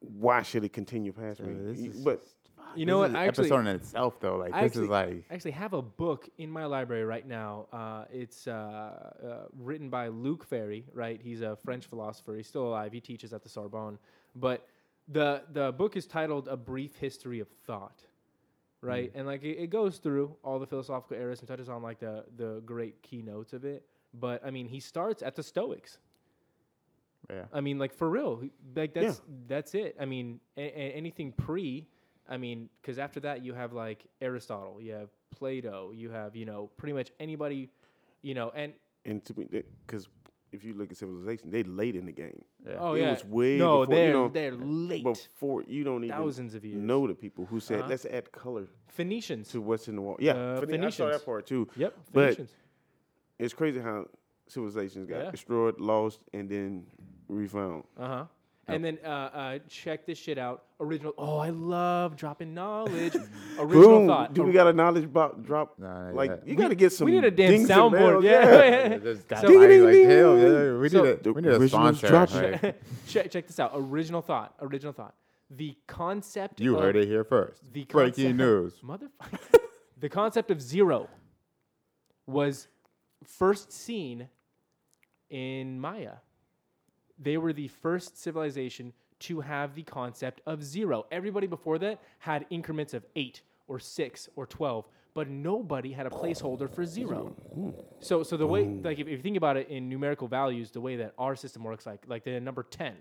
Why should it continue past Yeah, this me? is But you know This what? is I an actually episode in itself though. Like I this actually- is like I actually have a book in my library right now. Uh, it's uh, uh, written by Luc Ferry, right? He's a French philosopher. He's still alive. He teaches at the Sorbonne. But the the book is titled A Brief History of Thought, right? Hmm. And like it, it goes through all the philosophical eras and touches on like the the great keynotes of it. But I mean, he starts at the Stoics. yeah. I mean, like for real, he- like that's Yeah. that's it. I mean, a- a- anything pre, I mean, because after that you have like Aristotle, you have Plato, you have you know pretty much anybody, you know, and and to me, because if you look at civilization, they late in the game. Yeah. oh It yeah, was way no, before, you they're know, they're late, Before you don't even thousands of years. know the people who said Uh-huh. let's add color Phoenicians. to what's in the wall. Yeah, Uh, Phoeni- I saw Phoenicians. that part too. Yep, But- Phoenicians. It's crazy how civilizations got Yeah. destroyed, lost, and then refound. Uh huh. And then uh, uh, check this shit out. Original. Oh, I love dropping knowledge. Original Boom. thought. Do we Or- got a knowledge about drop? Nah, like yeah. you got to get some. we need a damn dings and soundboard. bells, Yeah. There's that So- light, like, Ding, ding, hell, ding. yeah, we So- need a, we need a Originals sponsor. drop like, check, check this out. Original thought. Original thought. The concept. you of heard it here first. The Breaking concept- news. Motherfucker. the concept of zero was first seen in Maya. They were the first civilization to have the concept of zero. Everybody before that had increments of eight or six or 12, but nobody had a placeholder for zero. So, so the way, like, if, if you think about it in numerical values, the way that our system works, like, like the number 10,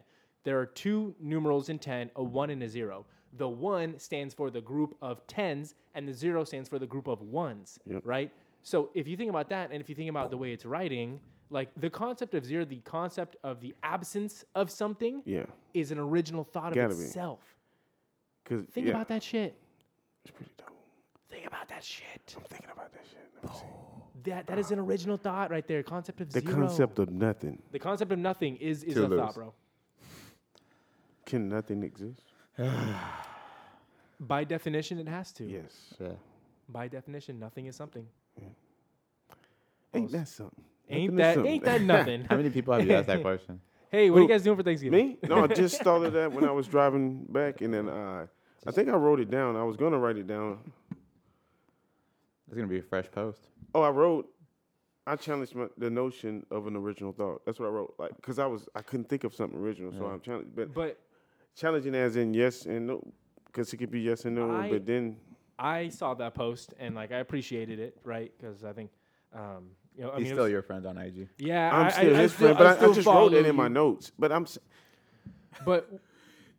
there are two numerals in 10, a one and a zero. The one stands for the group of tens, and the zero stands for the group of ones, right? So, if you think about that, and if you think about the way it's writing, like the concept of zero, the concept of the absence of something Yeah, is an original thought of Gotta be. itself. because Think about that shit. It's pretty dope. Think about that shit. I'm thinking about that shit. Let me see. That that is an original thought right there. Concept of The zero. concept of nothing. The concept of nothing is is Two a loose. thought, bro. Can nothing exist? By definition, it has to. Yes. Yeah. By definition, nothing is something. Ain't that something? Ain't Nothing is that something. ain't that nothing? How many people have you asked that question? hey, what are you Who? guys doing for Thanksgiving? Me? No, I just thought of that when I was driving back, and then I, I think I wrote it down. I was gonna write it down. It's gonna be a fresh post. Oh, I wrote. I challenged my, the notion of an original thought. That's what I wrote. Like, cause I was I couldn't think of something original, so I'm challenged. But, But challenging as in yes and no, cause it could be yes and no. I- but then I saw that post and like I appreciated it, right? Because I think, um, you know, I He's mean, it still was- your friend on IG. yeah, I- I'm I- still I his still- friend. But I, I still just wrote follow it in my you. notes. But I'm s- But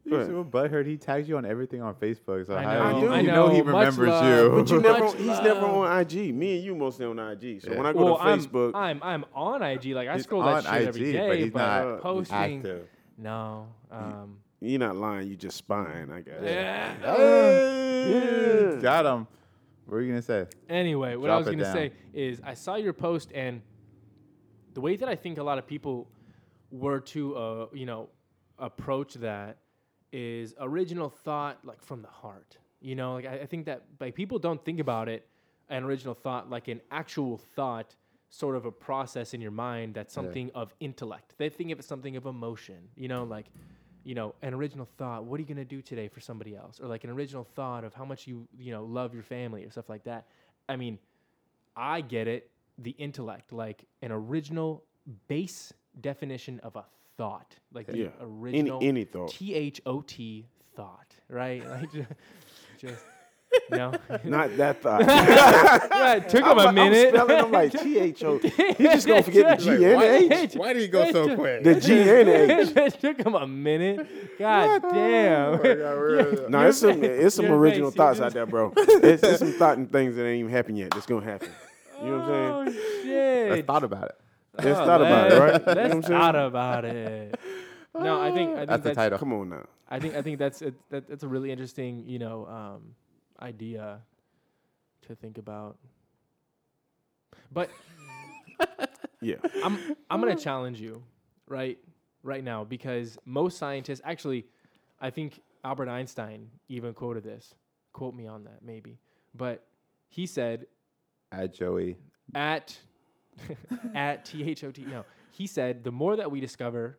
You're Right. so butthurt. He tags you on everything on Facebook. So I how know, you, I you know, he know. Much remembers love. you. But you never. Much He's never love. on IG. Me and you mostly on IG. So Yeah. when I go well, to I'm, Facebook, I'm I'm on IG. Like I He's scroll on that shit every IG, day, but he's not posting. active. No. Um, eh. you're not lying. You just spying. I guess. Hey, Yeah. Ah, got him. What are you gonna say? Anyway, what I Drop was it going to down. say is I saw your post and the way that I think a lot of people were to uh, you know approach that is original thought like from the heart. You know, like I, I think that like people don't think about it an original thought like an actual thought sort of a process in your mind that's something of intellect. They think of it something of emotion, you know, like you know, an original thought, what are you going to do today for somebody else? Or like an original thought of how much you, you know, love your family or stuff like that. I mean, I get it, the intellect, like an original base definition of a thought, like the Yeah. Any- original any thought. T H O T thought, right? Like just, just no. Not that thought. yeah, it took him I'm, a like- I'm minute. spelling. I'm like T H O. You just gonna forget the G and the H. why did he go so quick? The G and the H. Oh it took him a minute. God damn. No, it's some it's some your original face, you thoughts just- out there, bro. It's, it's some thought and things that ain't even happened yet. That's gonna happen. You know what I'm Oh saying? I shit. Oh, thought about it. Let's thought about it, Let's right? You know what I'm saying? thought about it. No, I think I That's think that's, the title. Come on now. I think I think that's a, that, that's a really interesting you know um, idea to think about. But Yeah. I'm I'm gonna challenge you right right now because most scientists actually, I think Albert Einstein even quoted this. Quote me on that maybe, but he said At Joey. at at thot no he said the more that we discover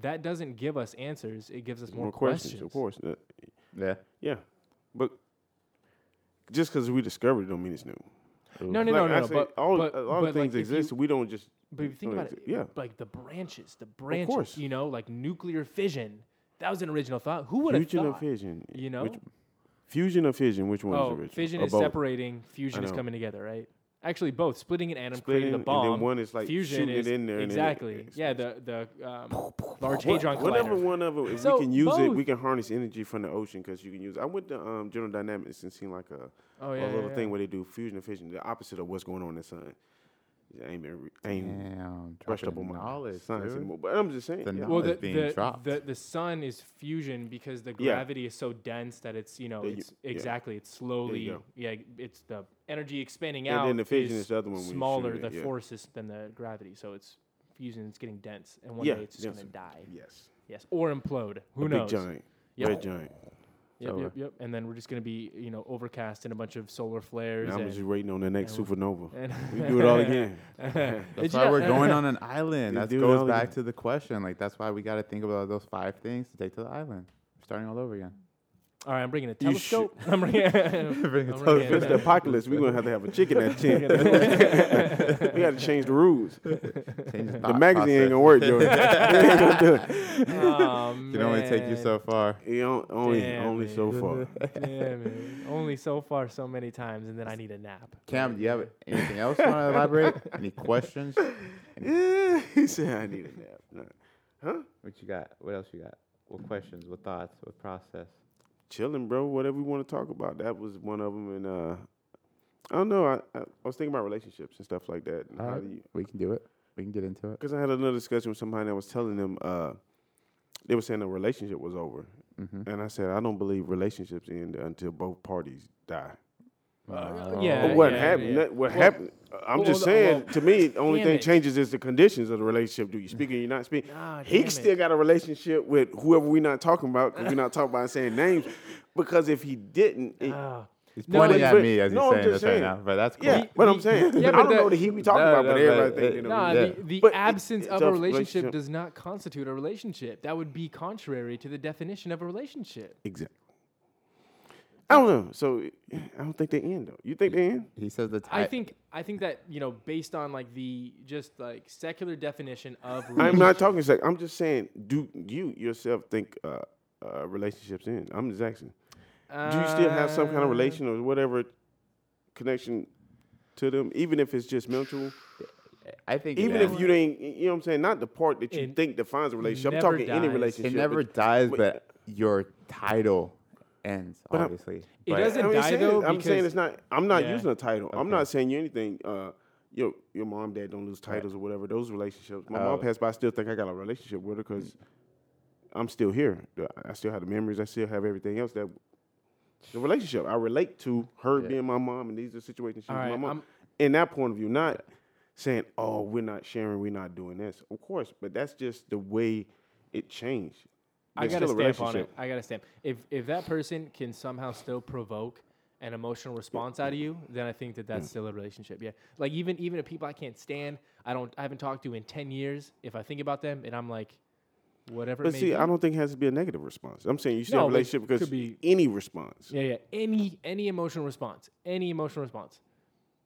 that doesn't give us answers it gives us more, questions, of course. Uh, Yeah. yeah, but just because we discovered it don't mean it's new. no no no Like no, I no say, but all but, a lot but of things like, if you- exist. we don't just. but if you think don't about it exi- yeah. like the branches the branches course. you know like nuclear fission that was an original thought who would have Fusion or thought fission? you know Which, fusion or fission? Which one is oh original? fission Or is both? separating fusion I is know. coming together right actually both splitting an atom creating Splitting, the bomb and then one is like fusion shooting is it in there. and then it- exactly it's- yeah the the um, large hadron collider Whatever one of them, if So, we can use it, we both. can harness energy from the ocean because you can use. I went to um, General Dynamics and seen like a, oh a yeah, little yeah, thing yeah. where they do fusion and fission, the opposite of what's going on in the sun. I ain't been, re- I ain't Damn, brushed up dropping on my knowledge, science dude. anymore. But I'm just saying, The yeah, knowledge. Well, it's the, being the, dropped. the the sun is fusion because the Yeah. gravity is so dense that it's you know There you- it's yeah. exactly it's slowly go. yeah it's the energy expanding And out then the fusion is the other one when you shoot smaller it, the yeah. force is than the gravity so it's fusion it's getting dense and one Yeah, day it's just yes. gonna die yes, yes or implode who a knows big giant, Yep. red giant. So, yep uh, yep yep and then we're just gonna be you know overcast in a bunch of solar flares Now I'm and, just waiting on the next and supernova. and We do it all again. That's why we're going on an island. You That do it goes all back again. to the question. Like that's why we got to think about those five things to take to the island. We're starting all over again. all right I'm bringing a You should- telescope I'm bringing, Bring a I'm telescope. If it's the bringing, apocalypse, we're gonna have to have a chicken at ten. we got to change the rules. Change the, The thought magazine ain't gonna process. work, Joey. It ain't gonna do it. oh, It can only take you man. so far. You don't- only, Damn only it. so far. Damn it. Only so far, so many times, and then I need a nap. Cam, do you have anything else you want to elaborate? Any questions? Yeah, he said I need a nap. No. What you got? What else you got? What questions? What thoughts? What process? Chilling, bro. Whatever we want to talk about, that was one of them. And uh, I don't know. I, I, I was thinking about relationships and stuff like that. And how Alright. do you? We can do it. We can get into it. Because I had another discussion with somebody that was telling them uh, they were saying the relationship was over, Uh, Mm-hmm. and I said I don't believe relationships end until both parties die. Yeah, But Oh, what yeah, happened? yeah. that- What Well- happened? I'm well, just the- saying. well, to me, the only damn thing it. changes is the conditions of the relationship. Do you speak or you not speak? Nah, he damn still it. got a relationship with whoever we're not talking about. 'cause we're not talking about saying names, because if he didn't, it, Ah. He's No, pointing but- at but- me as he's no, I'm saying just this saying. right now, but that's cool. yeah. But I'm the- saying, yeah, I but don't that- know that he be talking No, about, no, but but everybody think it- you know. Nah, Yeah. the, the But it- absence it's of a a relationship relationship. does not constitute a relationship. That would be contrary to the definition of a relationship. Exactly. I don't know. So I don't think they end though. You think they end? He says the I type. think I think that you know, based on like the just like secular definition of I'm not talking sex. I'm just saying, do you yourself think uh, uh, relationships end? I'm just asking. Do you still have some Uh, kind of relation or whatever connection to them, even if it's just mental? I think it Even ends. if you didn't, you know what I'm saying? Not the part that you It think defines a relationship. I'm never talking any dies. It relationship. it never but- dies, wait. but your title ends, I'm- obviously. It But- doesn't- I mean, die, saying- though, I'm saying because- it's not. I'm not Yeah. using a title. I'm Okay. not saying you anything. Uh, your your mom, dad don't lose titles or whatever. Those relationships. My Oh. mom passed, but I still think I got a relationship with her because I'm still here. I still have the memories. I still have everything else that the relationship. I relate to her Yeah. being my mom, and these are situations she All was my right, mom. I'm- In that point of view, not saying, "Oh, we're not sharing. We're not doing this." Of course, but that's just the way it changed. I There's got to stamp on still a it. relationship. I got to stamp. If if that person can somehow still provoke an emotional response out of you, then I think that Mm. that's still a relationship. Yeah. Like even even if people I can't stand, I don't, I haven't talked to in ten years. If I think about them and I'm like, whatever. But it may see, be. I don't think it has to be a negative response. I'm saying you No, still have a but relationship it because could be- any response. Yeah, yeah. Any any emotional response, any emotional response,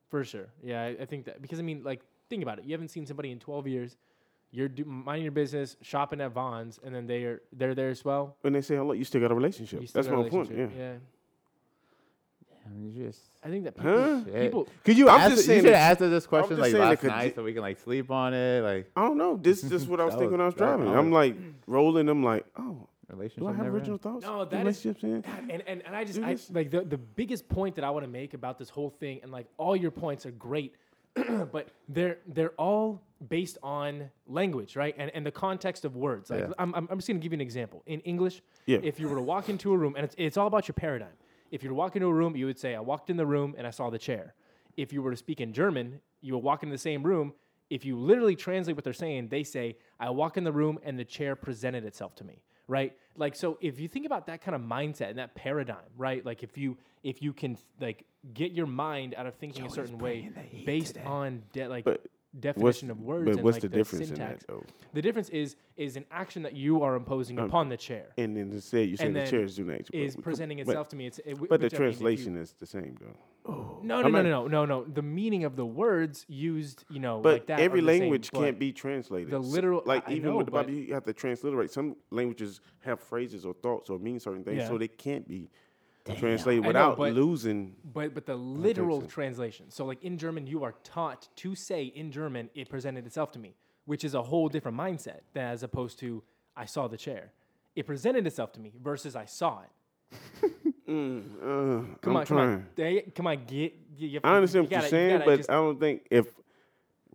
for sure. Yeah, I, I think that because I mean, like, think about it. You haven't seen somebody in twelve years. You're do, minding your business, shopping at Vons, and then they're they're there as well. When they say hello, you still got a relationship. You still That's got a my point. Yeah. relationship. yeah. I mean, you just- I think that people, Huh? people Could you? I'm ask- just you saying should that- have asked us this question just like saying that last could night, di- so we can like sleep on it, like I don't know. This just what I was That thinking when I was- was that was driving. valid. I'm like rolling. I'm like, oh, relationship. do I have never original ends. thoughts? No, Do that is- relationships end? God, and, and, and I just Do I, this. like the, the biggest point that I want to make about this whole thing, and like all your points are great, but they're they're all based on language, right? And and the context of words. Like Yeah. I'm, I'm I'm just gonna give you an example. In English, Yeah. if you were to walk into a room, and it's it's all about your paradigm. If you were to walk into a room, you would say, I walked in the room and I saw the chair. If you were to speak in German, you would walk into the same room. If you literally translate what they're saying, they say, I walk in the room and the chair presented itself to me right like so if you think about that kind of mindset and that paradigm right like if you if you can like get your mind out of thinking a certain way based on de- like But definition of words But and what's like the difference in syntax that though? the difference is is an action that you are imposing upon the chair And then to say you say And the then chair is doing X, but is we- presenting but- itself to me it's it, But the translation is the same though. no no, no no no no no the meaning of the words used you know But like that every are the same, language but- can't be translated. the So, literal- like I even know, with the but- Bible, you have to transliterate. Some languages have phrases or thoughts or mean certain things, Yeah. so they can't be translated I know, without but- losing. But but the literal so. translation. So like in German, you are taught to say in German, it presented itself to me, which is a whole different mindset than as opposed to I saw the chair. It presented itself to me versus I saw it. Uh, Come I'm on, trying. come on, They- come on, get. You, you- I understand you what gotta- you're you saying, gotta but just- I don't think if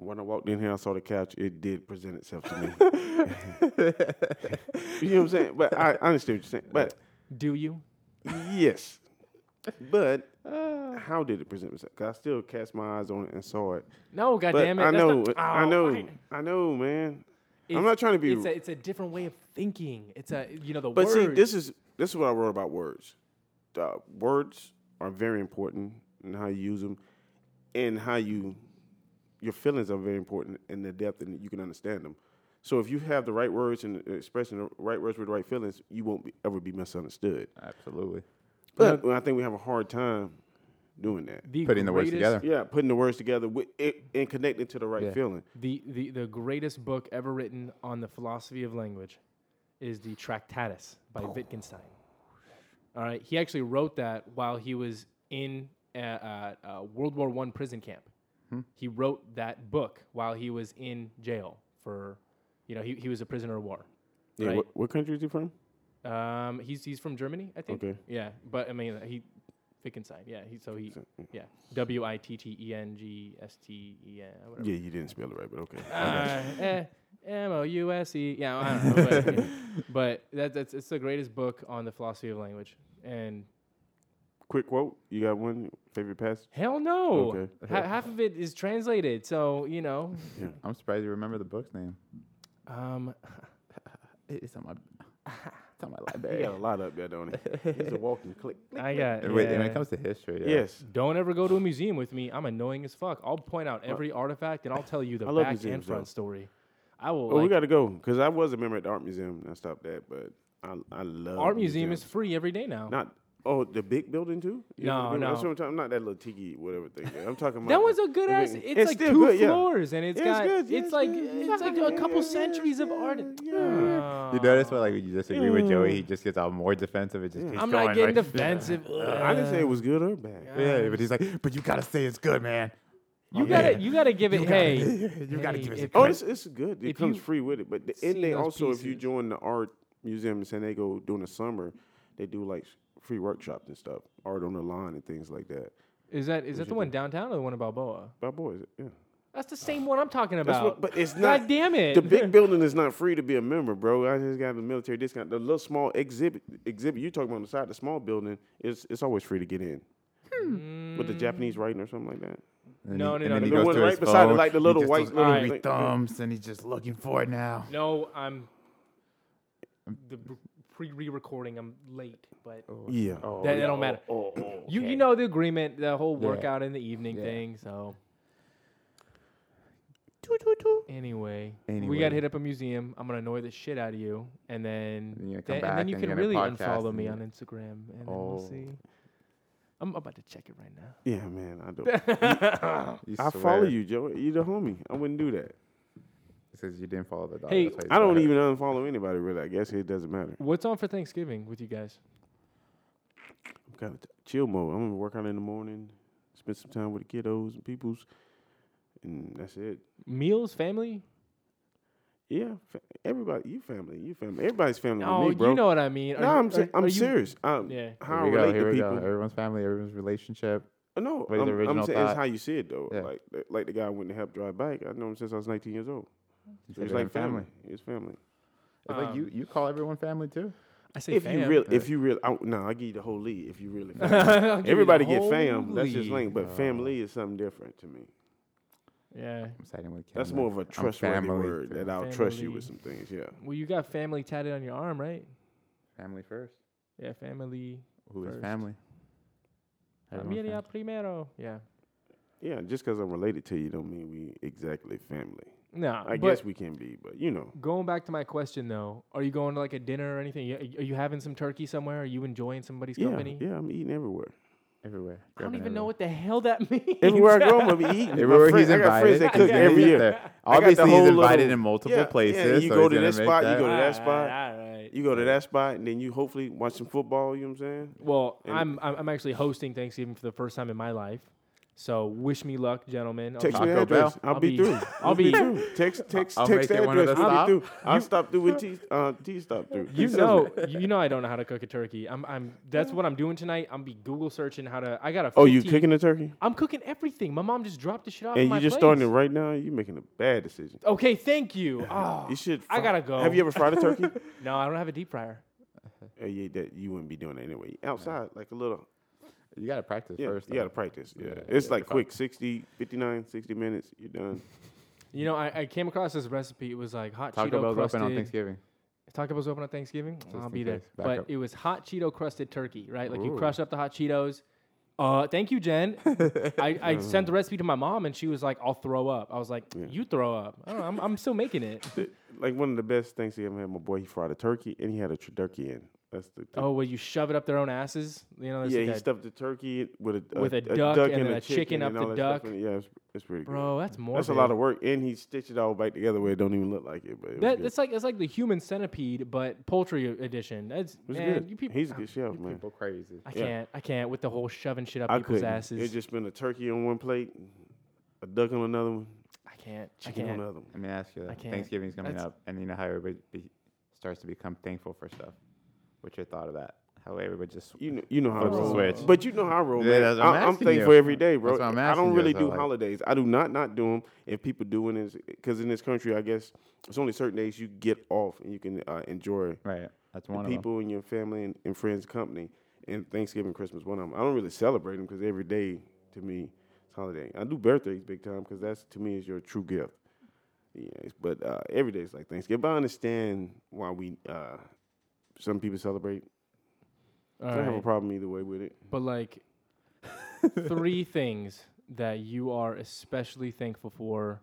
When I walked in here, I saw the couch. It did present itself to me. you know what I'm saying? But I, I understand what you're saying. But Do you? yes, but how did it present itself? 'Cause I still cast my eyes on it and saw it. No, God But damn it. I that's know, not- I Oh, know, fine. I know, man. It's- I'm not trying to be. It's a, it's a different way of thinking. It's a you know the But words. see, this is this is what I wrote about words. Uh, words are very important in how you use them, and how you your feelings are very important in the depth and you can understand them. So if you have the right words and expressing the right words with the right feelings, you won't be, ever be misunderstood. Absolutely. But I think we have a hard time doing that. the Putting the words greatest- together. Yeah, putting the words together with it, and connecting to the right Yeah. feeling. The, the the greatest book ever written on the philosophy of language is the Tractatus by Wittgenstein. All right, he actually wrote that while he was in a, a, a World War One prison camp. He wrote that book while he was in jail for, you know, he, he was a prisoner of war. Yeah. Right. What, what country is he from? Um, he's he's from Germany, I think. Okay. Yeah, but I mean uh, he, Wittgenstein. Yeah, he so he yeah W I T T E N G S T E N whatever. Yeah, you didn't spell it right, but okay. Uh, eh, M O U S E. Yeah, I don't know. But, but that, that's it's the greatest book on the philosophy of language. And Quick quote. You got one favorite passage? hell no, Okay. Ha- half of it is translated. So you know, I'm surprised you remember the book's name. um, It's on my, it's on my He library. got a lot up there, don't he? He's a walking click. I got Wait, when yeah. it comes to history, yeah. Yes. Don't ever go to a museum with me. I'm annoying as fuck. I'll point out every artifact and I'll tell you the I love back and museums, though. front story. I will. Oh, we like, got to go because I was a member at the art museum. and I stopped that, but I I love art museum is museums. free every day now. not. Oh, the big building too? No, You know the big- no. That's what I'm talking. Not that little tiki whatever thing. there. I'm talking about. That the- was a good the ass. big- It's, like still two good, yeah. floors, and it's Yeah, it's got. good, yeah, it's it's like good, yeah, it's it's like good, a couple yeah, centuries of yeah, art. yeah. You notice when like when you disagree with Joey, he just gets all more defensive. It just Mm. keeps I'm going, not getting like- defensive. I didn't say it was good or bad. Yeah, but he's like, but you gotta say it's good, man. You gotta you gotta give it. Hey, you gotta hey, give it if- Oh, it's, it's good. It If comes you free with it. But the, seen and they those also, if you pieces. join the art museum in San Diego during the summer, they do like s- free workshops and stuff, art on the line and things like that. is that is that the one downtown or the one in Balboa? By boys, yeah. That's the same one I'm talking That's about. what, but it's not. God damn it! The big building is not free to be a member, bro. I just got the military discount. The little small exhibit exhibit you talking about on the side, the small building, it's it's always free to get in. Hmm. With the Japanese writing or something like that. And No, he- no, and no, then he the goes one through right his beside it, phone, like the little he just white goes, little "Three thing." thumbs, and he's just looking for it now. No, I'm the pre re-recording. I'm late, Oh, but Yeah. that, that don't matter. You you know the agreement, the whole workout in the evening Yeah. thing. So Doo-doo-doo. anyway, we Anyway. gotta hit up a museum. I'm gonna annoy the shit out of you, and then And you're gonna come then, and back then you and you're can gonna really podcast unfollow and me you- on Instagram, and then Oh. we'll see. I'm about to check it right now. Yeah, man. I don't. You I swear. follow you, Joe. You the homie. I wouldn't do that. He says you didn't follow the dog. Hey, that's why he's I don't mad. even unfollow anybody really. I guess it doesn't matter. What's on for Thanksgiving with you guys? I'm kind of chill mode. I'm gonna work out in the morning, spend some time with the kiddos and peoples, and that's it. Meals, family? Yeah, fa- everybody, you family, you family, everybody's family oh, with me, bro. you know what I mean. Are no, you- I'm se- are- I'm are you- serious. Um, Yeah. Here How I we go. relate Here to we people. go. Everyone's family, everyone's relationship. No, What is I'm, the I'm original saying thought? it's how you see it though. Yeah. Like the- like the guy who went to help drive bike. I've known him since I was 19 years old. So it's Consider him like family. It's family. It's like you, you call everyone family too. I say If you fam. really, if you really, I, no, I give you the whole lead. If you really, I'll give you the everybody get whole fam. That's just lead. lame. But family is something different to me. Yeah. I'm siding with Cam. That's there. more of a I'm trustworthy family. word that I'll trust you Family. with some things. Yeah. Well, you got family tatted on your arm, right? Family first. Yeah, family. Who is First. family? Everyone's Familia primero. Yeah. Yeah, just because I'm related to you don't mean we exactly family. No, I but guess we can be, but you know, going back to my question though, are you going to like a dinner or anything? Y- Are you having some turkey somewhere? Are you enjoying somebody's yeah, company? yeah, I'm eating everywhere. Everywhere. I don't even know what the hell that means. Everywhere I go, I'm gonna be eating. My Everywhere friend- he's I got invited. friends that cook he's every gonna year. get there. I got the Obviously, he's whole invited little- in multiple Yeah, yeah, places. you so go he's to gonna this make spot, you that- go to All that right, spot. All right. You go to that spot, and then you hopefully watch some football. You know what I'm saying? Well, And- I'm I'm I'm actually hosting Thanksgiving for the first time in my life. So wish me luck, gentlemen. I'll Text be- me the Taco Bell. address. I'll, I'll be, be- through. I'll We'll be- through. Text text I'll text make the it one of address. the I'll be stop. through. I'll stop through with T uh T stop through. You T-stop know, through. you know, I don't know how to cook a turkey. I'm, I'm. That's what I'm doing tonight. I'm be Google searching how to. I got a. Oh, you 15 cooking the turkey? I'm cooking everything. My mom just dropped the shit off. at And my you just place. starting it right now, you making a bad decision. Okay, thank you. Oh, You should I fry- gotta go. Have you ever fried a turkey? no, I don't have a deep fryer. Uh, yeah, that you wouldn't be doing that anyway. Outside, like a little You gotta practice yeah, first. you though. gotta practice. Yeah. Yeah, it's yeah, like fuck. quick 60, 59, 60 minutes, you're done. You know, I, I came across this recipe. It was like hot Taco Cheeto Bell's crusted. open on Thanksgiving. Taco Bell's open on Thanksgiving. I'll in be there. case. Back But up. it was hot Cheeto crusted turkey, right? Like you Ooh. crush up the hot Cheetos. Uh, thank you, Jen. I, I Mm. sent the recipe to my mom, and she was like, "I'll throw up." I was like, "You throw up? I don't know, I'm, I'm still making it." Th- like one of the best things he ever had, my boy, he fried a turkey and he had a tr- turkey in. That's the thing. oh, well, you shove it up their own asses. You know, there's yeah, like he a- stuffed the turkey with a, With a duck and then a chicken up and the all that stuff duck. in it. Yeah, it's, it's pretty good. bro. That's more. That's a lot of work, and he stitched it all back together where it don't even look like it. But it was That, good. it's like it's like the human centipede, but poultry edition. That's It was man, good. you people. He's a good chef, man. People crazy. I yeah. can't. I can't with the whole shoving shit up I people's could. It's asses. just been a turkey on one plate, a duck on another one, I can't. I chicken on can't. another one. Let me ask you. I that. can't. Thanksgiving's coming That's- up, and you know how everybody be, starts to become thankful for stuff. What's your thought of that? How everybody just You know, you know how I Flips the roll, switch. but you know how I roll, Yeah, man. that's what I'm I, am asking thankful you. every day, bro. That's what I'm I asking don't you, really so, do like- holidays. I do not not do them. If people do it, because in this country, I guess it's only certain days you get off and you can uh, enjoy right. That's the one of them. people in your family and, and friends' company. And Thanksgiving, Christmas, one of them. I don't really celebrate them because every day to me it's holiday. I do birthdays big time because that's to me is your true gift. Yeah, it's- but uh, every day is like Thanksgiving. But I understand why we uh, some people celebrate. I All don't have a right. problem either way with it. But like three things that you are especially thankful for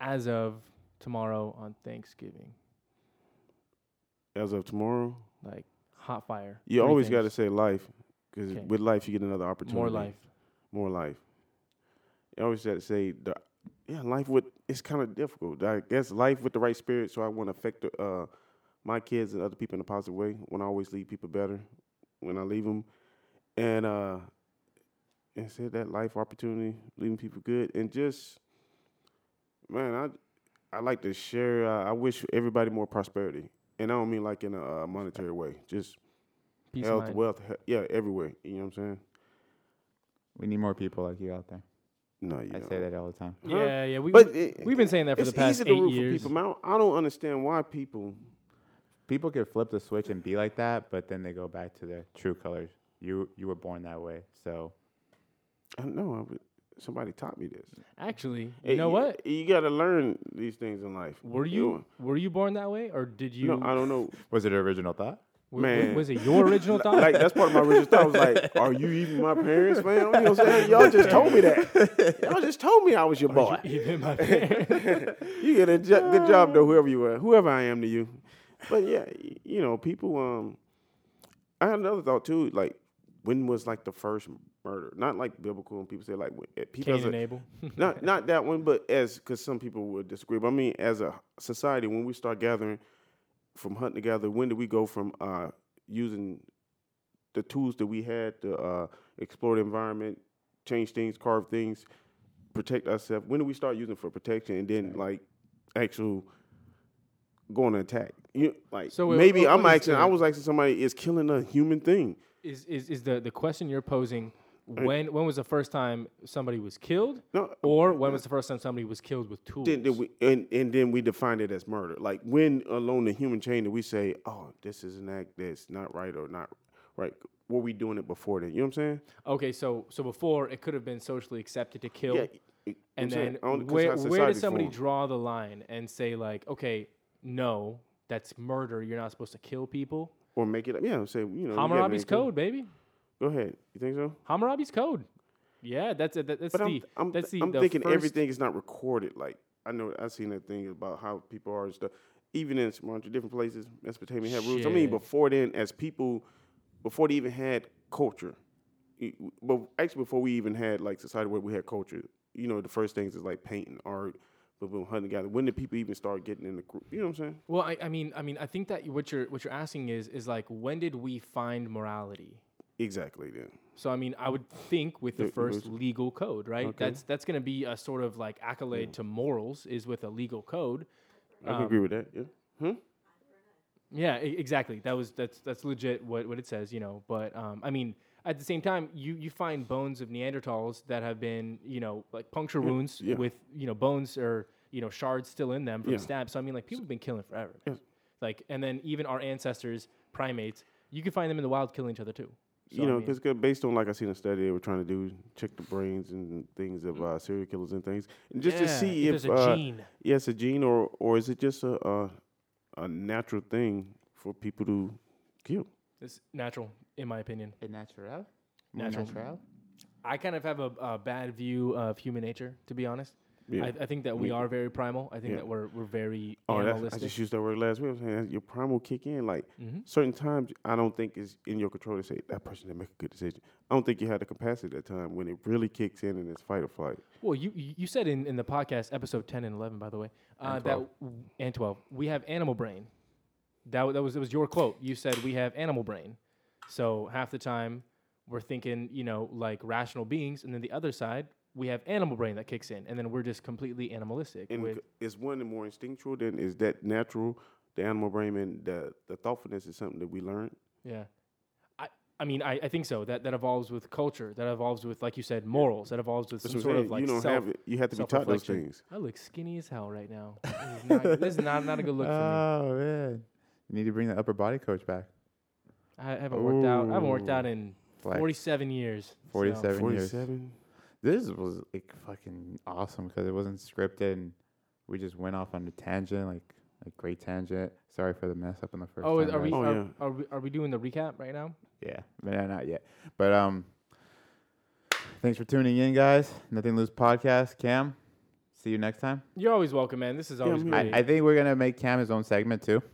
as of tomorrow on Thanksgiving. As of tomorrow, Like hot fire. you Three always got to things. say life because Okay. with life you get another opportunity. more life. more life. I always had to say, the, yeah, life with it's kind of difficult. I guess life with the right spirit, so I want to affect the, uh, my kids and other people in a positive way. When I always leave people better when I leave them, and uh, and said that life opportunity, leaving people good, and just man, I I like to share. Uh, I wish everybody more prosperity, and I don't mean like in a uh, monetary way, just Peace of health, mind. wealth, he- yeah, everywhere. You know what I'm saying? We need more people like you out there. No, you I don't. say that all the time. Huh? Yeah, yeah. We, But we, it- have been saying that for the it's past easy to eight root years. for people. man. I don't- I don't understand why people. People can flip the switch and be like that, but then they go back to their true colors. You you were born that way, so I don't know. I would- Somebody taught me this. Actually, you Hey, know what? You got to learn these things in life. Were you were you born that way, or did you? No, I don't know. was it an original thought? w- w- man. was it your original thought? Like that's part of my original thought. I was like, "Are you even my parents, man?" You know what I'm saying? Y'all just told me that. Y'all just told me I was your boy. Even my parents. you get a jo- good job though, whoever you are, whoever I am to you. But yeah, y- you know, people. Um, I had another thought too. Like, when was like the first murder? Not like biblical, and people say like when- eh, people Cain as and a, Abel. not not that one, but as because some people would disagree. But I mean, as a society, when we start gathering from hunting together, when do we go from uh, using the tools that we had to uh, explore the environment, change things, carve things, protect ourselves? When do we start using for protection and then like actual going to attack? You like So, so wait, maybe what- I'm what is asking. I the- was asking somebody is killing a human thing. Is is is the the question you're posing? When when was the first time somebody was killed, No, uh, or when was the first time somebody was killed with tools? then, then we and, and then we defined it as murder. Like when alone the human chain that we say, oh, this is an act that's not right or not right. Were we doing it before then? You know what I'm saying? okay, so so before it could have been socially accepted to kill, you know what I'm and saying? then I don't- 'cause where how where does society's somebody formed. draw the line and say like, okay, no, that's murder. You're not supposed to kill people. or make it? up? Oh, Yeah, say you know. you got Hammurabi's it, man. code, baby. Go ahead. You think so? Hammurabi's code. Yeah, that's it. That, that's But I'm, the. I'm, that's the, I'm the thinking first- everything is not recorded. Like I know I've seen that thing about how people are and stuff. Even in some different places, Mesopotamia had rules. I mean, Shit. before then, as people, before they even had culture, y- but actually before we even had like society where we had culture, you know, the first things is like painting, art, but boom, hunting together. When did people even start getting in the group? You know what I'm saying? Well, I, I mean, I mean, I think that what you're what you're asking is is like when did we find morality? Exactly. Then So I mean, I would think with the Yeah, first listen. legal code, right? Okay. Hmm. That's that's going to be a sort of like accolade to morals is with a legal code. I can Um, agree with that. Yeah. Hmm? Yeah, e- exactly. That was that's that's legit what, what it says, you know. But um, I mean, at the same time, you you find bones of Neanderthals that have been, you know, like puncture wounds yeah. with you know bones or you know shards still in them from Yeah. stabs. So I mean, like people have been killing forever. man. Yes. Like, and then even our ancestors, primates, you can find them in the wild killing each other too. So, you I know, mean, because based on like I seen a study they were trying to do, check the brains and things of uh, serial killers and things, and just to yeah, see if, there's a uh, gene. yes, a gene or or is it just a a, a natural thing for people to kill? It's natural, in my opinion. A natural? Natural. I kind of have a, a bad view of human nature, to be honest. Yeah. I, I think that we Me- are very primal. I think yeah. that we're we're very Oh, that's, I animalistic. Mm-hmm. just used that word last week. I'm saying that your prime will kick in. Like certain times, I don't think it's in your control to say that person didn't make a good decision. I don't think you had the capacity at that time when it really kicks in and it's fight or flight. Well, you you you said in, in the podcast episode ten and eleven, by the way, uh, And that 12. w- and twelve we have animal brain. That wa- that was that was your quote. You said we have animal brain, so half the time we're thinking you know like rational beings, and then the other side we have animal brain that kicks in, and then we're just completely animalistic. And with, c- is one more instinctual than is that natural? The animal brain and the the thoughtfulness is something that we learn. Yeah. I, I mean, I, I think so. That that evolves with culture. That evolves with, like you said, morals. That evolves with That's some what sort I'm of saying. like you don't self. have it. You have to be taught those self-reflection. things. I look skinny as hell right now. This is not, this is not, not a good look for Oh, man. You need to bring the upper body coach back. me. I haven't worked out. I haven't worked out Ooh. in Flex. 47 years. so- 47 years. Forty-seven. This was like fucking awesome because it wasn't scripted and we just went off on a tangent, like a great tangent. Sorry for the mess up in the first. Oh, time, are we, guys. Oh, are, yeah. are we are we doing the recap right now? Yeah, but no, not yet. But um, thanks for tuning in, guys. Nothing Loose podcast. Cam, see you next time. You're always welcome, man. This is always I'm here. great. I, I think we're gonna make Cam his own segment too.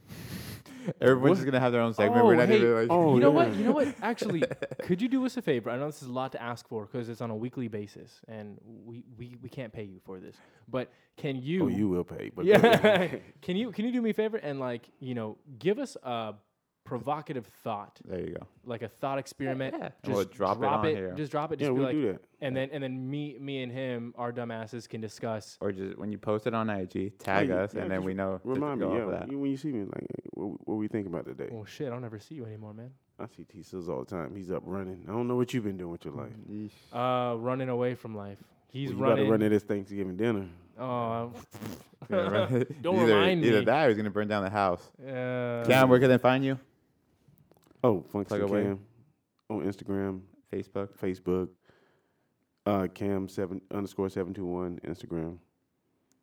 Everyone's just gonna have their own segment. Oh, we're not hey, even like. oh, you know what? yeah. You know what? Actually, could you do us a favor? I know this is a lot to ask for because it's on a weekly basis, and we, we, we can't pay you for this. But can you? Oh, you will pay. But yeah. can you can you do me a favor and like you know give us a provocative thought, There you go. like a thought experiment? yeah. Just We'll drop it on here. Just drop it. Just yeah, be we like, do that. and then and then me me and him, our dumbasses, can discuss. Or just when you post it on IG, tag yeah, us, yeah, and then just we know. to Remind me, go off yeah, of that. you- when you see me, like, hey, what, what we thinking about today? Oh shit! I'll never see you anymore, man. I see T Sills all the time. He's up running. I don't know what you've been doing with your life. Uh, running away from life. He's you running. to run to this Thanksgiving dinner. Oh, Yeah, right. Don't either, remind Either me. that or he's gonna burn down the house. uh, Cam, where can they find you? Oh, Funky Plug away. Cam on Instagram, Facebook. Facebook, uh, Cam seven underscore seven two one Instagram.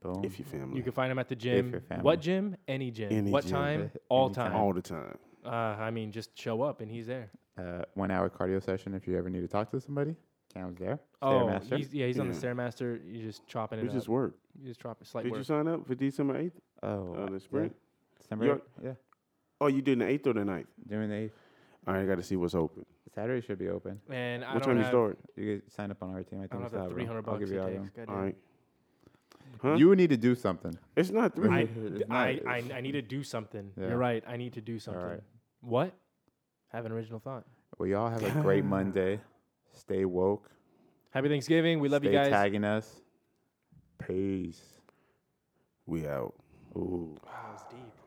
Boom. If you family, uh, You can find him at the gym. your family. What gym? Any gym. Any what gym. time? All Anytime. time. all the time. Uh, I mean, just show up and he's there. uh, one hour cardio session if you ever need to talk to somebody. Cam's there. Oh, Stairmaster. he's, yeah, he's on the Yeah. stairmaster. You just chopping it We up. just work. you just chop it slight Did work. you sign up for December eighth? oh, Uh, yeah. the sprint. December. You're- yeah. Oh, you doing the eighth or the 9th? Doing the eighth. All right, I got to see what's open. Saturday should be open. and I what don't time you have, start? You could sign up on our team. I think I don't we have still the have room. 300 I'll bucks give you it our takes. room. All Goddamn. right. Huh? You need to do something. it's not three. I, It's d- not- I, it's- I, I need to do something. Yeah. You're right. I need to do something. right. What? Have an original thought. Well, y'all have a great Monday. Stay woke. Happy Thanksgiving. We love Stay you guys. tagging us. Peace. we out. Ooh. Wow, that was deep.